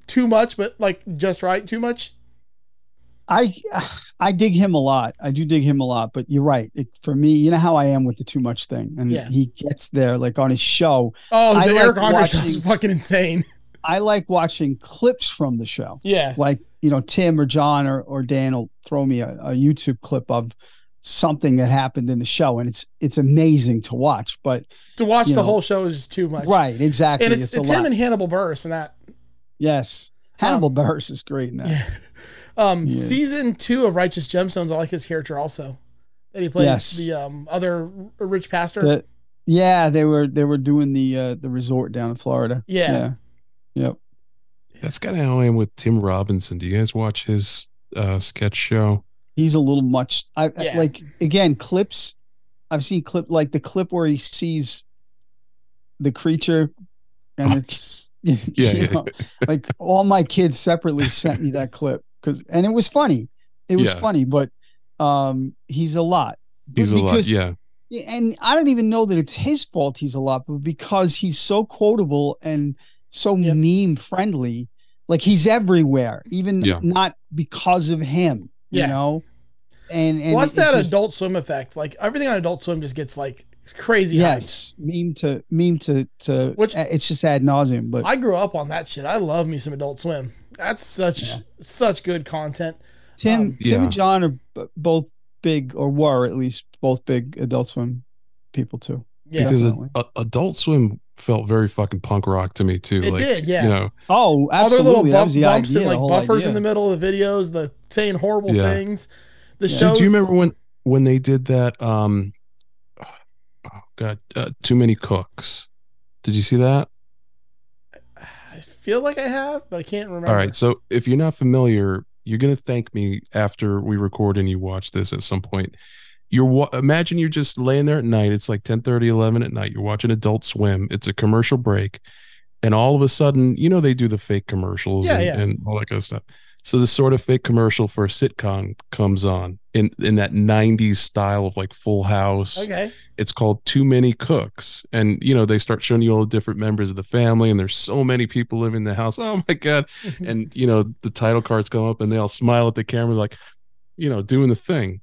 [SPEAKER 3] too much, but like just right, too much.
[SPEAKER 4] I I dig him a lot. I do dig him a lot, but you're right. It, for me, you know how I am with the too much thing, and
[SPEAKER 3] Yeah.
[SPEAKER 4] he gets there like on his show.
[SPEAKER 3] Oh, the
[SPEAKER 4] I like
[SPEAKER 3] Eric Andre show is [LAUGHS]
[SPEAKER 4] watching-
[SPEAKER 3] fucking insane.
[SPEAKER 4] I like watching clips from the show.
[SPEAKER 3] Yeah.
[SPEAKER 4] like you know tim or john or, or dan will throw me a, a youtube clip of something that happened in the show and it's it's amazing to watch but
[SPEAKER 3] To watch
[SPEAKER 4] you
[SPEAKER 3] the
[SPEAKER 4] know,
[SPEAKER 3] whole show is just too much.
[SPEAKER 4] right exactly
[SPEAKER 3] And it's,
[SPEAKER 4] a
[SPEAKER 3] it's him
[SPEAKER 4] lot.
[SPEAKER 3] and Hannibal Burris and that.
[SPEAKER 4] yes hannibal burris is great in that
[SPEAKER 3] Yeah. Um,
[SPEAKER 4] Yeah.
[SPEAKER 3] Season two of Righteous Gemstones, I like his character also. That he plays
[SPEAKER 4] Yes.
[SPEAKER 3] the um, other r- rich pastor.
[SPEAKER 4] The- yeah they were they were doing the uh the resort down in florida
[SPEAKER 3] Yeah.
[SPEAKER 4] yep
[SPEAKER 5] that's kind of how I am with Tim Robinson. Do you guys watch his uh, sketch show?
[SPEAKER 4] he's a little much i I-
[SPEAKER 3] Yeah.
[SPEAKER 4] like again clips i've seen clip like the clip where he sees the creature and
[SPEAKER 5] Oh,
[SPEAKER 4] it's [LAUGHS] yeah,
[SPEAKER 5] yeah, yeah.
[SPEAKER 4] like all my kids separately sent me that clip because and it was funny it was
[SPEAKER 5] Yeah.
[SPEAKER 4] funny but um he's a lot
[SPEAKER 5] He's a lot.
[SPEAKER 4] Because-
[SPEAKER 5] Yeah,
[SPEAKER 4] and i don't even know that it's his fault he's a lot but because he's so quotable and so
[SPEAKER 3] Yep.
[SPEAKER 4] meme friendly like he's everywhere even
[SPEAKER 5] Yeah.
[SPEAKER 4] not because of him you
[SPEAKER 3] Yeah.
[SPEAKER 4] know and and
[SPEAKER 3] What's
[SPEAKER 4] it
[SPEAKER 3] that uh,
[SPEAKER 4] just-
[SPEAKER 3] Adult Swim effect? Like everything on Adult Swim just gets like crazy.
[SPEAKER 4] yeah
[SPEAKER 3] hype.
[SPEAKER 4] it's meme to meme to to
[SPEAKER 3] Which-
[SPEAKER 4] it's just ad nauseum but
[SPEAKER 3] I grew up on that shit. I love me some Adult Swim. That's such
[SPEAKER 4] Yeah.
[SPEAKER 3] such good content.
[SPEAKER 4] Tim,
[SPEAKER 3] Um,
[SPEAKER 4] Tim
[SPEAKER 5] Yeah.
[SPEAKER 4] and John are b- both big, or were at least both big Adult Swim people too.
[SPEAKER 3] Yeah,
[SPEAKER 5] because
[SPEAKER 4] definitely.
[SPEAKER 5] a, Adult Swim felt very fucking punk rock to me too.
[SPEAKER 3] it
[SPEAKER 5] like
[SPEAKER 3] did. Yeah,
[SPEAKER 5] you know,
[SPEAKER 4] Oh,
[SPEAKER 3] all their
[SPEAKER 4] absolutely.
[SPEAKER 3] little
[SPEAKER 4] that
[SPEAKER 3] bump,
[SPEAKER 4] was the
[SPEAKER 3] bumps
[SPEAKER 4] idea,
[SPEAKER 3] and
[SPEAKER 4] the
[SPEAKER 3] like
[SPEAKER 4] whole
[SPEAKER 3] buffers
[SPEAKER 4] idea.
[SPEAKER 3] in the middle of the videos, the saying horrible
[SPEAKER 5] Yeah.
[SPEAKER 3] things. The
[SPEAKER 4] Yeah.
[SPEAKER 3] shows.
[SPEAKER 5] Do, do you remember when when they did that? Um, oh god, uh, too many cooks. Did you see that?
[SPEAKER 3] [SIGHS] I feel like I have, but I can't remember.
[SPEAKER 5] All right. So if you're not familiar, you're gonna thank me after we record and you watch this at some point. You're wa- imagine you're just laying there at night. It's like 10, 11 at night. You're watching Adult Swim. It's a commercial break, and all of a sudden, you know they do the fake commercials
[SPEAKER 3] Yeah,
[SPEAKER 5] and,
[SPEAKER 3] yeah.
[SPEAKER 5] and all that kind of stuff. So this sort of fake commercial for a sitcom comes on in in that 90s style of like Full House
[SPEAKER 3] Okay.
[SPEAKER 5] it's called too many cooks and you know they start showing you all the different members of the family and there's so many people living in the house oh my god and you know the title cards come up and they all smile at the camera like you know doing the thing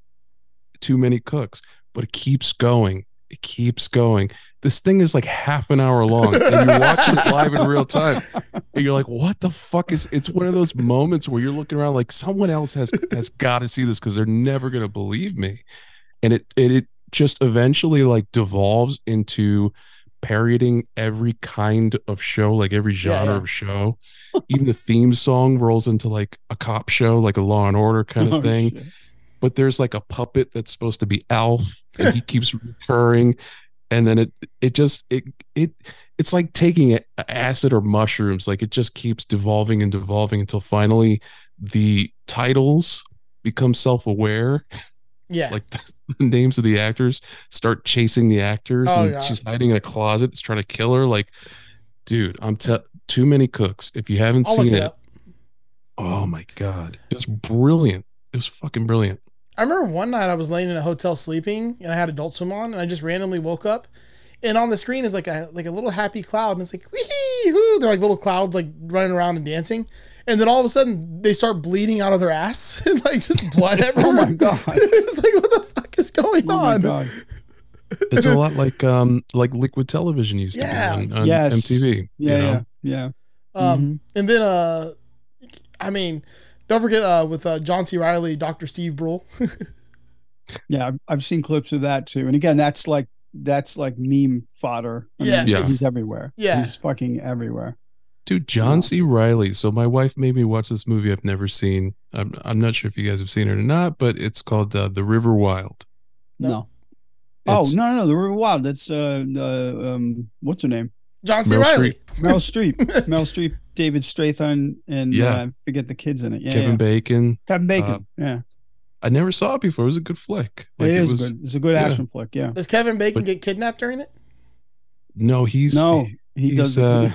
[SPEAKER 5] too many cooks but it keeps going it keeps going this thing is like half an hour long and you watch it live in real time and you're like what the fuck is it's one of those moments where you're looking around like someone else has has got to see this because they're never going to believe me and it, it it just eventually like devolves into parodying every kind of show, like every
[SPEAKER 3] Yeah,
[SPEAKER 5] genre
[SPEAKER 3] yeah.
[SPEAKER 5] of show. Even the theme song rolls into like a cop show, like a Law and Order
[SPEAKER 4] [LAUGHS]
[SPEAKER 5] kind
[SPEAKER 4] Oh,
[SPEAKER 5] of thing.
[SPEAKER 4] shit.
[SPEAKER 5] But there's like a puppet that's supposed to be Alf,
[SPEAKER 4] [LAUGHS]
[SPEAKER 5] and he keeps recurring. And then it it just it it it's like taking a- acid or mushrooms. Like it just keeps devolving and devolving until finally the titles become self-aware
[SPEAKER 3] Yeah.
[SPEAKER 5] like [LAUGHS] the, names of the actors start chasing the actors
[SPEAKER 3] Oh,
[SPEAKER 5] and
[SPEAKER 3] God.
[SPEAKER 5] she's hiding in a closet it's trying to kill her like dude i'm te- too many cooks if you haven't
[SPEAKER 3] I'll look
[SPEAKER 5] seen
[SPEAKER 3] it
[SPEAKER 5] it
[SPEAKER 3] up.
[SPEAKER 5] oh my god it's brilliant it was fucking brilliant
[SPEAKER 3] I remember one night I was laying in a hotel sleeping and I had Adult Swim on and I just randomly woke up and on the screen is like a like a little happy cloud and it's like wee hoo they're like little clouds like running around and dancing and then all of a sudden they start bleeding out of their ass [LAUGHS] and like just blood everywhere.
[SPEAKER 4] [LAUGHS] Oh my god.
[SPEAKER 3] [LAUGHS] it's like what the fuck is going
[SPEAKER 4] Oh my
[SPEAKER 3] on?
[SPEAKER 4] god.
[SPEAKER 5] it's a [LAUGHS] lot like um like liquid television used
[SPEAKER 3] Yeah.
[SPEAKER 5] to be on, on
[SPEAKER 4] Yes.
[SPEAKER 5] mtv
[SPEAKER 4] Yeah,
[SPEAKER 5] you know? Mm-hmm.
[SPEAKER 4] yeah, yeah.
[SPEAKER 3] Um,
[SPEAKER 4] Mhm.
[SPEAKER 3] And then, uh, I mean, don't forget uh, with uh, John C. Riley, Doctor Steve Brule.
[SPEAKER 4] Yeah, I've, I've seen clips of that too. And again, that's like that's like meme fodder. I
[SPEAKER 3] Yeah,
[SPEAKER 4] mean,
[SPEAKER 5] Yeah.
[SPEAKER 4] he's everywhere.
[SPEAKER 3] Yeah.
[SPEAKER 4] he's fucking everywhere.
[SPEAKER 5] dude john
[SPEAKER 4] Yeah.
[SPEAKER 5] c riley so my wife made me watch this movie i've never seen i'm, I'm not sure if you guys have seen it or not but it's called uh, the river wild
[SPEAKER 3] No.
[SPEAKER 4] No. Oh
[SPEAKER 5] It's-
[SPEAKER 4] no, no, no, the River Wild. That's uh, uh um, what's her name?
[SPEAKER 3] John C.
[SPEAKER 5] Meryl
[SPEAKER 3] Riley.
[SPEAKER 4] Meryl
[SPEAKER 3] [LAUGHS]
[SPEAKER 4] Streep. Meryl Streep, David Strathern, and
[SPEAKER 5] Yeah.
[SPEAKER 4] uh, I forget the kids in it. Yeah,
[SPEAKER 5] kevin
[SPEAKER 4] yeah.
[SPEAKER 5] bacon
[SPEAKER 4] Kevin Bacon.
[SPEAKER 5] Uh,
[SPEAKER 4] yeah,
[SPEAKER 5] I never saw it before. It was a good flick. Like
[SPEAKER 4] it
[SPEAKER 5] it
[SPEAKER 4] is
[SPEAKER 5] was
[SPEAKER 4] good. It's a good
[SPEAKER 5] yeah.
[SPEAKER 4] action flick. Yeah.
[SPEAKER 3] Does Kevin Bacon
[SPEAKER 5] But-
[SPEAKER 3] get kidnapped during it?
[SPEAKER 5] no, he's
[SPEAKER 4] no, he
[SPEAKER 5] he's,
[SPEAKER 4] does.
[SPEAKER 5] uh,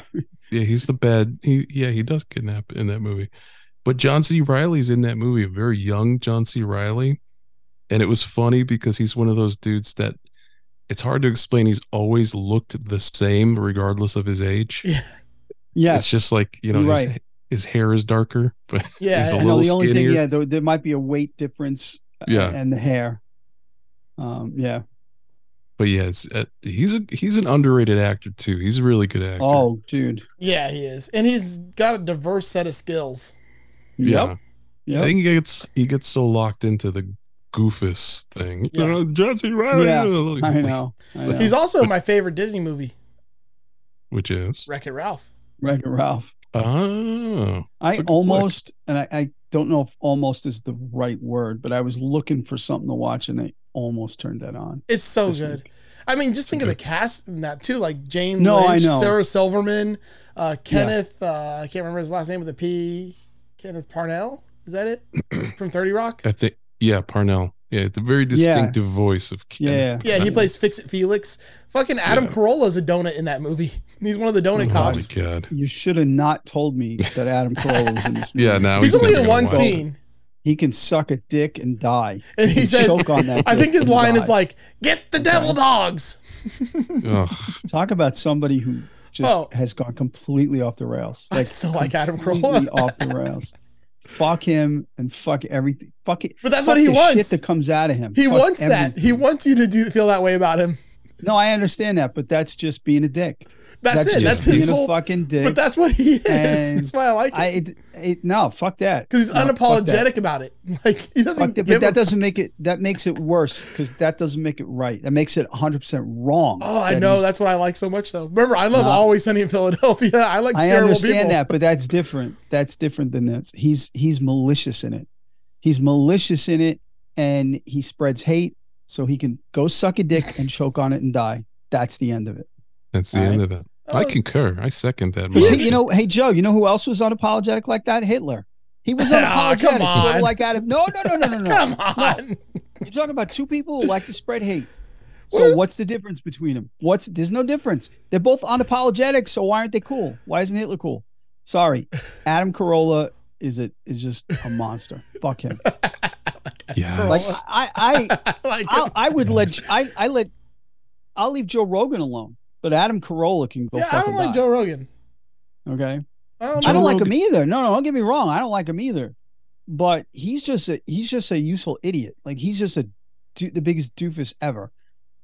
[SPEAKER 5] yeah, he's the bad. He yeah, he does kidnap in that movie. But John C. Riley's in that movie, a very young John C. Riley. And it was funny because he's one of those dudes that it's hard to explain. He's always looked the same regardless of his age.
[SPEAKER 3] Yeah.
[SPEAKER 4] [LAUGHS] yes.
[SPEAKER 5] It's just like, you know,
[SPEAKER 4] You're
[SPEAKER 5] his,
[SPEAKER 4] right.
[SPEAKER 5] his hair is darker, [LAUGHS] but
[SPEAKER 3] Yeah.
[SPEAKER 5] He's a
[SPEAKER 3] [LAUGHS]
[SPEAKER 4] I
[SPEAKER 3] yeah.
[SPEAKER 4] know
[SPEAKER 5] little
[SPEAKER 4] the only
[SPEAKER 5] skinnier.
[SPEAKER 4] thing. Yeah, there, there might be a weight difference. uh,
[SPEAKER 5] Yeah.
[SPEAKER 4] and the hair. Um. Yeah.
[SPEAKER 5] but yeah, it's, uh, he's a he's an underrated actor too. He's a really good actor.
[SPEAKER 4] Oh, dude.
[SPEAKER 3] yeah, he is, and he's got a diverse set of skills.
[SPEAKER 5] yeah.
[SPEAKER 4] Yep.
[SPEAKER 5] I think he gets he gets so locked into the goofus thing.
[SPEAKER 3] Yeah.
[SPEAKER 5] You know, [LAUGHS] John C. Reilly,
[SPEAKER 4] Yeah,
[SPEAKER 5] like-
[SPEAKER 4] I know. I know.
[SPEAKER 3] He's also in my favorite Disney movie,
[SPEAKER 5] Which is
[SPEAKER 3] Wreck It Ralph.
[SPEAKER 4] Wreck-It Ralph.
[SPEAKER 5] oh,
[SPEAKER 4] I
[SPEAKER 5] It's a good
[SPEAKER 4] almost, and I, I don't know if almost is the right word, but I was looking for something to watch and I almost turned that on.
[SPEAKER 3] It's so
[SPEAKER 4] This
[SPEAKER 3] good. I mean, just think of the
[SPEAKER 5] good.
[SPEAKER 3] cast in that too, like James
[SPEAKER 4] No, I
[SPEAKER 3] Lynch,
[SPEAKER 4] know.
[SPEAKER 3] Sarah Silverman, uh, Kenneth. Uh, I can't remember his last name with a P. Kenneth Parnell. Is that
[SPEAKER 4] [CLEARS THROAT]
[SPEAKER 3] it from Thirty
[SPEAKER 4] Uh,
[SPEAKER 3] Rock?
[SPEAKER 5] I think yeah, Parnell. Yeah, the very distinctive voice of Ken.
[SPEAKER 4] Yeah.
[SPEAKER 3] Yeah, he plays Fix It Felix. Fucking Adam
[SPEAKER 5] Yeah.
[SPEAKER 3] Carolla's a donut in that movie. [LAUGHS] He's one of the donut
[SPEAKER 5] Oh
[SPEAKER 3] cops.
[SPEAKER 5] my god.
[SPEAKER 4] You should have not told
[SPEAKER 5] [LAUGHS]
[SPEAKER 4] me that Adam Carolla was in this movie.
[SPEAKER 5] Yeah, now
[SPEAKER 3] He's only
[SPEAKER 5] never
[SPEAKER 3] in
[SPEAKER 5] gonna
[SPEAKER 3] one
[SPEAKER 5] watch it.
[SPEAKER 3] scene.
[SPEAKER 4] He can suck a dick and die.
[SPEAKER 3] And he
[SPEAKER 4] can
[SPEAKER 3] said,
[SPEAKER 4] choke on that
[SPEAKER 3] I
[SPEAKER 4] dick
[SPEAKER 3] think his
[SPEAKER 4] and
[SPEAKER 3] line is
[SPEAKER 4] die.
[SPEAKER 3] like, get the devil dogs. [LAUGHS]
[SPEAKER 5] Ugh.
[SPEAKER 4] talk about somebody who just
[SPEAKER 3] Oh.
[SPEAKER 4] has gone completely off the rails.
[SPEAKER 3] I still like Adam
[SPEAKER 4] completely
[SPEAKER 3] [LAUGHS] Carolla.
[SPEAKER 4] off the rails. Fuck him and fuck everything. Fuck it.
[SPEAKER 3] But that's
[SPEAKER 4] fuck
[SPEAKER 3] what he
[SPEAKER 4] the Shit
[SPEAKER 3] wants.
[SPEAKER 4] that comes out of him.
[SPEAKER 3] He
[SPEAKER 4] Fuck
[SPEAKER 3] wants that. He
[SPEAKER 4] everything.
[SPEAKER 3] wants you to do feel that way about him.
[SPEAKER 4] No, I understand that, but that's just being a dick.
[SPEAKER 3] That's, it. That's
[SPEAKER 4] just
[SPEAKER 3] his
[SPEAKER 4] being a
[SPEAKER 3] whole.
[SPEAKER 4] fucking dick.
[SPEAKER 3] But that's what he is.
[SPEAKER 4] And
[SPEAKER 3] That's why I like
[SPEAKER 4] I
[SPEAKER 3] it.
[SPEAKER 4] it, it, no fuck that
[SPEAKER 3] Because he's
[SPEAKER 4] No, fuck that.
[SPEAKER 3] unapologetic about it. [LAUGHS] Like he doesn't
[SPEAKER 4] Fuck
[SPEAKER 3] give
[SPEAKER 4] that, but
[SPEAKER 3] a
[SPEAKER 4] that doesn't make it. That makes it worse because that doesn't make it right. That makes it 100 percent wrong.
[SPEAKER 3] Oh, I
[SPEAKER 4] that
[SPEAKER 3] know.
[SPEAKER 4] he's-
[SPEAKER 3] That's what I like so much, though. Remember, I love
[SPEAKER 4] No.
[SPEAKER 3] Always Sunny in Philadelphia. I like
[SPEAKER 4] I
[SPEAKER 3] terrible
[SPEAKER 4] understand
[SPEAKER 3] people.
[SPEAKER 4] that, but that's different. That's different than this. He's he's malicious in it. He's malicious in it, and he spreads hate so he can go suck a dick and choke on it and die. That's the end of it. [LAUGHS]
[SPEAKER 5] That's the
[SPEAKER 4] All
[SPEAKER 5] end
[SPEAKER 4] right.
[SPEAKER 5] of that.
[SPEAKER 3] Oh.
[SPEAKER 5] I concur. I second that.
[SPEAKER 4] He's-
[SPEAKER 5] motion.
[SPEAKER 4] you know, hey Joe, you know who else was unapologetic like that? Hitler. He
[SPEAKER 3] [LAUGHS]
[SPEAKER 4] was
[SPEAKER 3] Aw, Ah, come
[SPEAKER 4] unapologetic. so
[SPEAKER 3] on.
[SPEAKER 4] like out of no, no, no, no, no,
[SPEAKER 3] [LAUGHS] [LAUGHS]
[SPEAKER 4] no.
[SPEAKER 3] Come on.
[SPEAKER 4] You're talking about two people who like to
[SPEAKER 3] [LAUGHS]
[SPEAKER 4] spread hate.
[SPEAKER 3] Well-
[SPEAKER 4] So what's the difference between them? What's there's no difference. They're both unapologetic. So why aren't they cool? Why isn't Hitler cool?
[SPEAKER 3] [LAUGHS]
[SPEAKER 4] Sorry, Adam Carolla is it is just
[SPEAKER 3] [LAUGHS]
[SPEAKER 4] a monster. Fuck him. Like
[SPEAKER 5] yes.
[SPEAKER 4] I I
[SPEAKER 3] [LAUGHS] like
[SPEAKER 4] I, I would let I I let I'll leave Joe Rogan alone, but Adam Carolla can go
[SPEAKER 3] yeah, I
[SPEAKER 4] fucking
[SPEAKER 3] don't like
[SPEAKER 4] die.
[SPEAKER 3] Joe Rogan.
[SPEAKER 4] okay,
[SPEAKER 3] I don't,
[SPEAKER 4] I
[SPEAKER 3] know.
[SPEAKER 4] don't like
[SPEAKER 5] Rogan-
[SPEAKER 4] him either. No, no, don't get me wrong. I don't like him either. But he's just a he's just a useful idiot. Like he's just a du- the biggest doofus ever.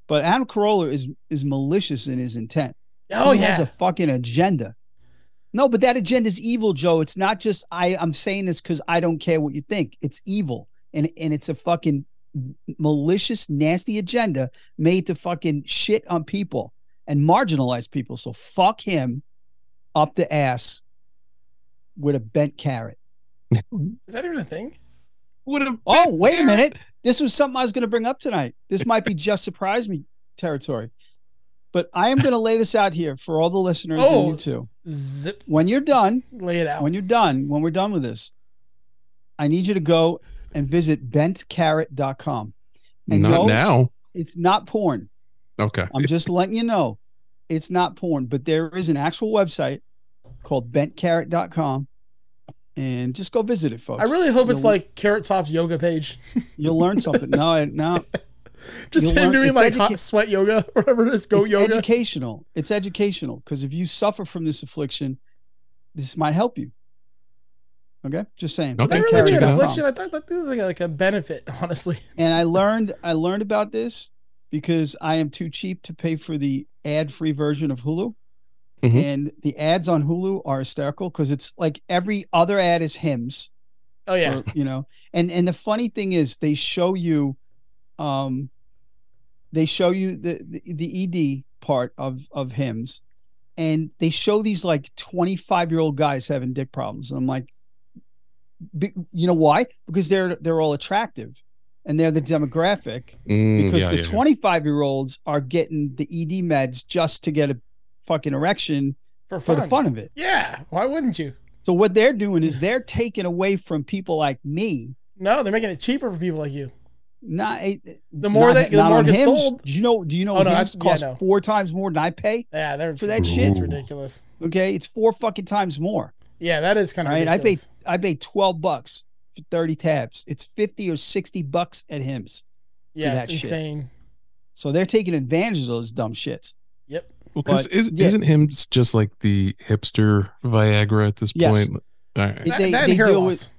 [SPEAKER 4] But Adam Carolla is is malicious in his intent.
[SPEAKER 3] Oh
[SPEAKER 4] he
[SPEAKER 3] yeah.
[SPEAKER 4] has a fucking agenda. No, but that agenda is evil, Joe. It's not just I. I'm saying this because I don't care what you think. It's evil, and and it's a fucking malicious, nasty agenda made to fucking shit on people and marginalize people. So fuck him up the ass with a bent carrot.
[SPEAKER 3] Is that even a thing?
[SPEAKER 5] What a
[SPEAKER 4] Oh, wait a minute. This was something I was going to bring up tonight. This might be just surprise me territory. But I am going to lay this out here for all the listeners
[SPEAKER 3] Oh.
[SPEAKER 4] and you too.
[SPEAKER 3] Zip.
[SPEAKER 4] When you're done,
[SPEAKER 3] Lay it out.
[SPEAKER 4] when you're done, when we're done with this, I need you to go and visit bentcarrot.com. And
[SPEAKER 5] Not
[SPEAKER 4] no-
[SPEAKER 5] now.
[SPEAKER 4] It's not porn.
[SPEAKER 5] Okay.
[SPEAKER 3] [LAUGHS]
[SPEAKER 4] I'm just letting you know it's not porn, but there is an actual website called bentcarrot.com. And just go visit it, folks.
[SPEAKER 3] I really hope it's
[SPEAKER 4] You'll-
[SPEAKER 3] like Carrot Top's yoga page. [LAUGHS]
[SPEAKER 4] you'll learn something. No, I- no,
[SPEAKER 3] Just him
[SPEAKER 4] You'll learn-
[SPEAKER 3] doing
[SPEAKER 4] it's
[SPEAKER 3] like hot
[SPEAKER 4] educa-
[SPEAKER 3] sweat yoga, [LAUGHS] or whatever it is, goat
[SPEAKER 4] it's
[SPEAKER 3] yoga.
[SPEAKER 4] educational. It's educational because if you suffer from this affliction, this might help you. Okay, just saying.
[SPEAKER 5] Okay.
[SPEAKER 3] Would that
[SPEAKER 5] Thank
[SPEAKER 3] really be
[SPEAKER 5] you.
[SPEAKER 3] an
[SPEAKER 5] Check it out.
[SPEAKER 3] affliction? I thought that this was like a, like a benefit, [LAUGHS] honestly.
[SPEAKER 4] And I learned I learned about this because I am too cheap to pay for the ad-free version of Hulu.
[SPEAKER 5] Mhm.
[SPEAKER 4] And the ads on Hulu are hysterical because it's like every other ad is hymns.
[SPEAKER 3] Oh yeah,
[SPEAKER 4] or, you know and and the funny thing is they show you um they show you the the, the ed part of of hymns and they show these like 25 year old guys having dick problems and i'm like be, you know why because they're they're all attractive and they're the demographic
[SPEAKER 5] Mm,
[SPEAKER 4] because
[SPEAKER 5] yeah,
[SPEAKER 4] the
[SPEAKER 5] yeah, yeah.
[SPEAKER 4] 25 year olds are getting the ed meds just to get a fucking erection
[SPEAKER 3] for
[SPEAKER 4] for
[SPEAKER 3] fun.
[SPEAKER 4] the fun of it
[SPEAKER 3] Yeah, why wouldn't you?
[SPEAKER 4] so what they're doing is they're taking away from people like me
[SPEAKER 3] No, they're making it cheaper for people like you.
[SPEAKER 4] Not it-
[SPEAKER 3] The more
[SPEAKER 4] not-
[SPEAKER 3] that- the
[SPEAKER 4] not
[SPEAKER 3] more
[SPEAKER 4] on
[SPEAKER 3] gets
[SPEAKER 4] Hims.
[SPEAKER 3] sold-
[SPEAKER 4] Do you know? Do you know?
[SPEAKER 3] Oh, no,
[SPEAKER 4] Hims
[SPEAKER 3] that's- yeah,
[SPEAKER 4] costs
[SPEAKER 3] no.
[SPEAKER 4] four times more than I pay.
[SPEAKER 3] Yeah, they're
[SPEAKER 4] For that
[SPEAKER 5] shit.
[SPEAKER 3] It's ridiculous.
[SPEAKER 4] Okay, it's four fucking times more.
[SPEAKER 3] Yeah, that is kind
[SPEAKER 4] All
[SPEAKER 3] of
[SPEAKER 4] right, I pay
[SPEAKER 3] ridiculous.
[SPEAKER 4] I pay twelve bucks for thirty tabs. It's fifty or sixty bucks at Hims.
[SPEAKER 3] yeah,
[SPEAKER 4] that
[SPEAKER 3] it's
[SPEAKER 4] shit.
[SPEAKER 3] insane.
[SPEAKER 4] So they're taking advantage of those dumb shits.
[SPEAKER 3] Yep.
[SPEAKER 5] Well, 'cause
[SPEAKER 4] But,
[SPEAKER 5] is,
[SPEAKER 4] yeah.
[SPEAKER 5] isn't him just like the hipster Viagra at this
[SPEAKER 4] Yes.
[SPEAKER 5] point? All right.
[SPEAKER 4] It-
[SPEAKER 3] That,
[SPEAKER 4] they-
[SPEAKER 3] that
[SPEAKER 4] they
[SPEAKER 3] hair
[SPEAKER 4] deal
[SPEAKER 3] loss.
[SPEAKER 4] with-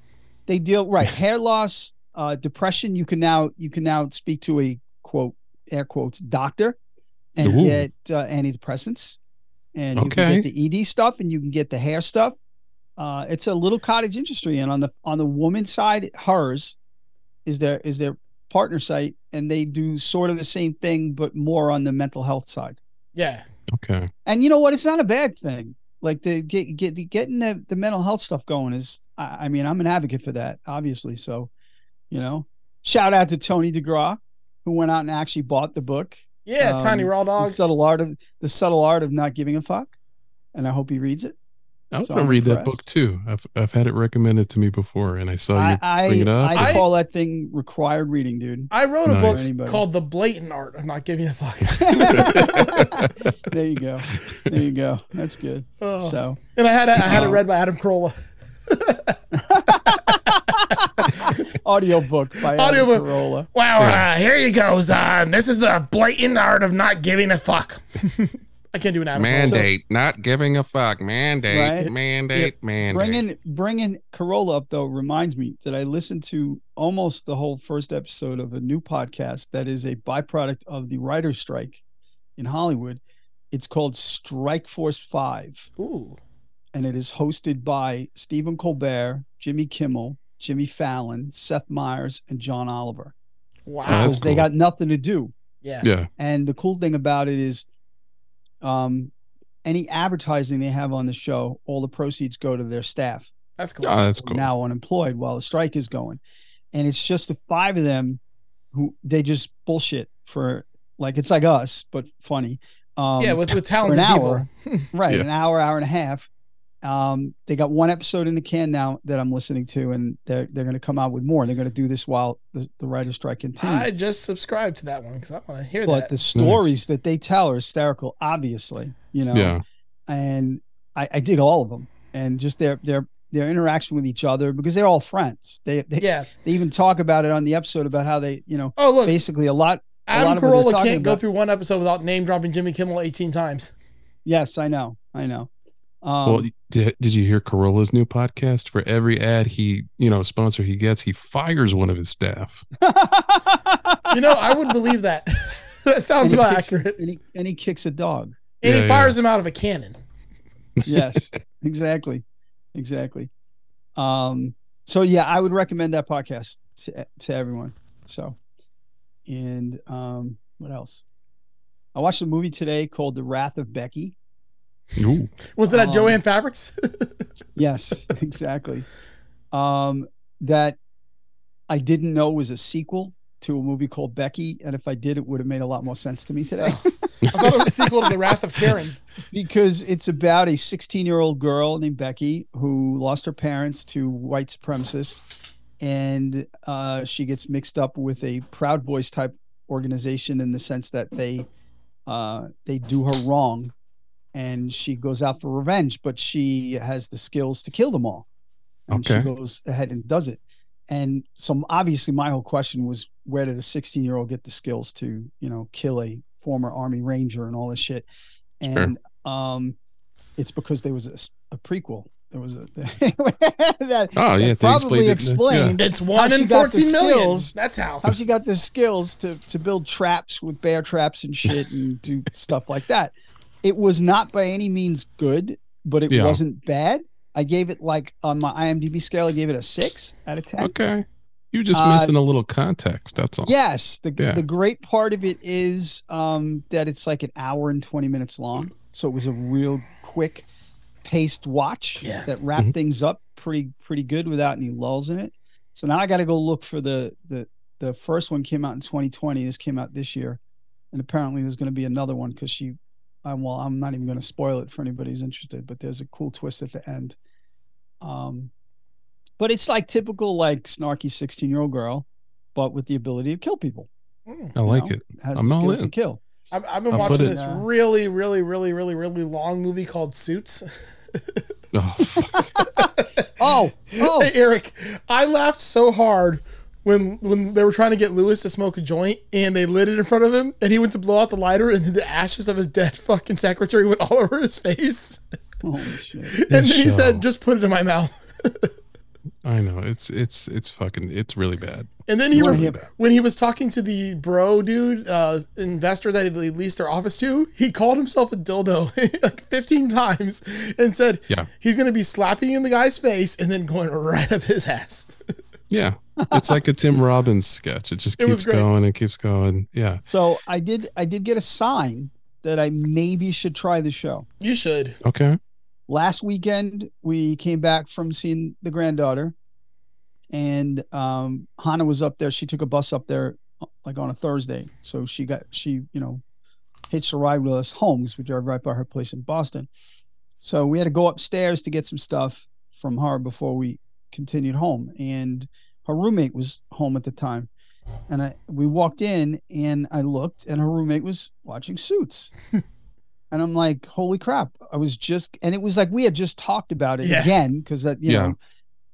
[SPEAKER 4] They deal right hair loss, uh, depression. You can now you can now speak to a quote air quotes doctor and
[SPEAKER 5] Ooh.
[SPEAKER 4] get uh, antidepressants, and you
[SPEAKER 5] Okay.
[SPEAKER 4] can get the ED stuff and you can get the hair stuff. Uh, it's a little cottage industry, and on the on the woman's side, hers is their is their partner site, and they do sort of the same thing, but more on the mental health side.
[SPEAKER 3] yeah,
[SPEAKER 5] Okay.
[SPEAKER 4] And you know what? It's not a bad thing. Like the get, get getting the, the mental health stuff going is. I, I mean, I'm an advocate for that, obviously. So, you know, shout out to Tony DeGraw, who went out and actually bought the book,
[SPEAKER 3] yeah. tiny
[SPEAKER 4] Um,
[SPEAKER 3] raw
[SPEAKER 4] the
[SPEAKER 3] dogs.
[SPEAKER 4] subtle art of the subtle art of not giving a fuck. And I hope he reads it.
[SPEAKER 5] I was
[SPEAKER 4] So
[SPEAKER 5] gonna
[SPEAKER 4] I'm
[SPEAKER 5] read that
[SPEAKER 4] impressed.
[SPEAKER 5] book too. I've I've had it recommended to me before, and I saw Oh, you.
[SPEAKER 4] [LAUGHS]
[SPEAKER 5] bring
[SPEAKER 4] I
[SPEAKER 5] it up?
[SPEAKER 4] I,
[SPEAKER 3] I-
[SPEAKER 4] I call that thing required reading, dude.
[SPEAKER 3] I wrote a
[SPEAKER 5] Nice.
[SPEAKER 3] book
[SPEAKER 4] Anybody.
[SPEAKER 3] called "The Blatant Art of Not Giving a Fuck," [LAUGHS]
[SPEAKER 4] there you go. There you go. That's good.
[SPEAKER 3] [LAUGHS] Oh.
[SPEAKER 4] [LAUGHS] So
[SPEAKER 3] and I had it- I had it
[SPEAKER 4] [LAUGHS] Oh.
[SPEAKER 3] read by Adam Carolla.
[SPEAKER 4] audiobook by Adam
[SPEAKER 3] Audiobook.
[SPEAKER 4] Carolla.
[SPEAKER 3] Wow, uh, here you go, Zahn. This is the blatant art of not giving a fuck. [LAUGHS] I can't do an Adam Carolla.
[SPEAKER 5] Mandate, not giving a fuck. Mandate,
[SPEAKER 4] Right.
[SPEAKER 5] mandate, mandate.
[SPEAKER 4] Bringing bringing Corolla up though reminds me that I listened to almost the whole first episode of a new podcast that is a byproduct of the writer's strike in Hollywood. It's called Strike Force Five,
[SPEAKER 3] Ooh,
[SPEAKER 4] and it is hosted by Stephen Colbert, Jimmy Kimmel, Jimmy Fallon, Seth Meyers, and John Oliver.
[SPEAKER 3] wow.
[SPEAKER 5] Oh, that's
[SPEAKER 4] Because they
[SPEAKER 5] cool.
[SPEAKER 4] got nothing to do.
[SPEAKER 3] yeah.
[SPEAKER 5] yeah.
[SPEAKER 4] And the cool thing about it is, um, any advertising they have on the show, all the proceeds go to their staff
[SPEAKER 3] that's cool.
[SPEAKER 5] Oh, that's
[SPEAKER 4] who are
[SPEAKER 5] cool.
[SPEAKER 4] now unemployed while the strike is going. And it's just the five of them who they just bullshit for like it's like us, but funny. Um,
[SPEAKER 3] yeah, with with
[SPEAKER 4] for
[SPEAKER 3] talented
[SPEAKER 4] an
[SPEAKER 3] people.
[SPEAKER 4] hour, right?
[SPEAKER 5] Yeah.
[SPEAKER 4] An hour, hour and a half. Um, they got one episode in the can now that I'm listening to, and they're they're going to come out with more. And they're going to do this while the, the writer's strike continues.
[SPEAKER 3] I just subscribed to that one because I want to hear
[SPEAKER 4] but
[SPEAKER 3] that.
[SPEAKER 4] the stories that they tell are hysterical obviously you know
[SPEAKER 5] yeah.
[SPEAKER 4] and I, I dig all of them and just their their their interaction with each other because they're all friends they they,
[SPEAKER 3] yeah.
[SPEAKER 4] they even talk about it on the episode about how they you know
[SPEAKER 3] Oh, look,
[SPEAKER 4] basically a lot lot
[SPEAKER 3] Adam
[SPEAKER 4] of what they're
[SPEAKER 3] Carolla
[SPEAKER 4] talking
[SPEAKER 3] can't go
[SPEAKER 4] about-
[SPEAKER 3] through one episode without name dropping Jimmy Kimmel 18 times.
[SPEAKER 4] yes i know i know um, [LAUGHS]
[SPEAKER 5] Well, did, did you hear Corolla's new podcast? For every ad he, you know, sponsor he gets, he fires one of his staff.
[SPEAKER 3] You know, I would believe that. [LAUGHS] that sounds
[SPEAKER 4] And he [LAUGHS]
[SPEAKER 3] about
[SPEAKER 4] kicks-
[SPEAKER 3] accurate.
[SPEAKER 4] and he, and he kicks a dog
[SPEAKER 3] And
[SPEAKER 5] Yeah,
[SPEAKER 3] he fires him out of a cannon.
[SPEAKER 4] yes exactly exactly um so yeah i would recommend that podcast to, to everyone so and um, what else? I watched a movie today called The Wrath of Becky.
[SPEAKER 5] Ooh.
[SPEAKER 3] Was it at
[SPEAKER 4] Um,
[SPEAKER 3] Joanne Fabrics? [LAUGHS]
[SPEAKER 4] Yes, exactly. Um, that I didn't know was a sequel to a movie called Becky, and if I did, it would have made a lot more sense to me today.
[SPEAKER 3] I thought it was a sequel to The Wrath of Karen.
[SPEAKER 4] because it's about a 16 year old girl named Becky who lost her parents to white supremacists, and uh, she gets mixed up with a Proud Boys type organization in the sense that they uh, they do her wrong, and she goes out for revenge, but she has the skills to kill them all, and she
[SPEAKER 5] Okay.
[SPEAKER 4] goes ahead and does it. And so obviously, my whole question was, where did a 16 year old get the skills to you know kill a former Army Ranger and all this shit?
[SPEAKER 5] Sure.
[SPEAKER 4] And um, it's because there was a, s- a prequel. There was a [LAUGHS] that,
[SPEAKER 5] Oh,
[SPEAKER 4] that
[SPEAKER 5] yeah. they
[SPEAKER 4] probably
[SPEAKER 5] explained it in the- yeah.
[SPEAKER 4] explained
[SPEAKER 3] It's one
[SPEAKER 4] How she
[SPEAKER 3] in
[SPEAKER 4] got the
[SPEAKER 3] fourteen million.
[SPEAKER 4] skills.
[SPEAKER 3] That's how.
[SPEAKER 4] how she got the skills to to build traps with bear traps and shit and
[SPEAKER 5] [LAUGHS]
[SPEAKER 4] do stuff like that. It was not by any means good, but it
[SPEAKER 5] Yeah.
[SPEAKER 4] wasn't bad. I gave it like on my IMDb scale, I gave it a six out of ten.
[SPEAKER 5] Okay. You're just
[SPEAKER 4] Uh,
[SPEAKER 5] missing a little context. That's all.
[SPEAKER 4] Yes, the
[SPEAKER 5] Yeah.
[SPEAKER 4] the great part of it is um, that it's like an hour and twenty minutes long, so it was a real quick paced watch
[SPEAKER 3] Yeah.
[SPEAKER 4] that wrapped things up pretty pretty good without any lulls in it. So now I got to go look for the the the first one came out in 2020. This came out this year, and apparently there's going to be another one because she, I'm, well, I'm not even going to spoil it for anybody who's interested. But there's a cool twist at the end. Um, but it's like typical like snarky 16 year old girl, but with the ability to kill people.
[SPEAKER 3] Mm.
[SPEAKER 5] I like
[SPEAKER 4] No.
[SPEAKER 5] it.
[SPEAKER 4] Has
[SPEAKER 5] I'm
[SPEAKER 4] the
[SPEAKER 5] all
[SPEAKER 4] skills
[SPEAKER 5] in.
[SPEAKER 4] to kill.
[SPEAKER 3] I've, I've been
[SPEAKER 5] I'll put
[SPEAKER 3] watching
[SPEAKER 5] it-
[SPEAKER 3] this
[SPEAKER 4] Yeah.
[SPEAKER 3] really, really, really, really, really long movie called Suits.
[SPEAKER 5] Oh, fuck.
[SPEAKER 4] Oh, oh.
[SPEAKER 3] Hey, [LAUGHS] Eric, I laughed so hard when when they were trying to get Lewis to smoke a joint and they lit it in front of him and he went to blow out the lighter and the ashes of his dead fucking secretary went all [LAUGHS] over his face.
[SPEAKER 4] Holy shit.
[SPEAKER 3] And then he
[SPEAKER 5] show.
[SPEAKER 3] said, just put it in my mouth.
[SPEAKER 5] I know. It's it's it's fucking it's really bad.
[SPEAKER 3] And then he
[SPEAKER 4] You wanna
[SPEAKER 3] was,
[SPEAKER 4] hear-
[SPEAKER 3] when he was talking to the bro dude, uh, investor that he leased their office to, he called himself a dildo [LAUGHS] like 15 times and said
[SPEAKER 5] Yeah.
[SPEAKER 3] he's going to be slapping in the guy's face and then going right up his ass.
[SPEAKER 5] Yeah. It's like
[SPEAKER 4] [LAUGHS]
[SPEAKER 5] a Tim Robbins sketch. It just
[SPEAKER 3] It was
[SPEAKER 5] keeps
[SPEAKER 3] great.
[SPEAKER 5] going and keeps going. Yeah.
[SPEAKER 4] So I did I did get a sign that I maybe should try the show.
[SPEAKER 3] You should.
[SPEAKER 5] Okay.
[SPEAKER 4] last weekend we came back from seeing the granddaughter and um hannah was up there she took a bus up there uh, like on a thursday so she got she you know hitched a ride with us home because we drove right by her place in boston so we had to go upstairs to get some stuff from her before we continued home and her roommate was home at the time and I, we walked in and i looked and her roommate was watching suits and I'm like, holy crap. I was just, and it was like, we had just talked about it
[SPEAKER 3] Yeah.
[SPEAKER 4] again because that, you
[SPEAKER 5] Yeah.
[SPEAKER 4] know,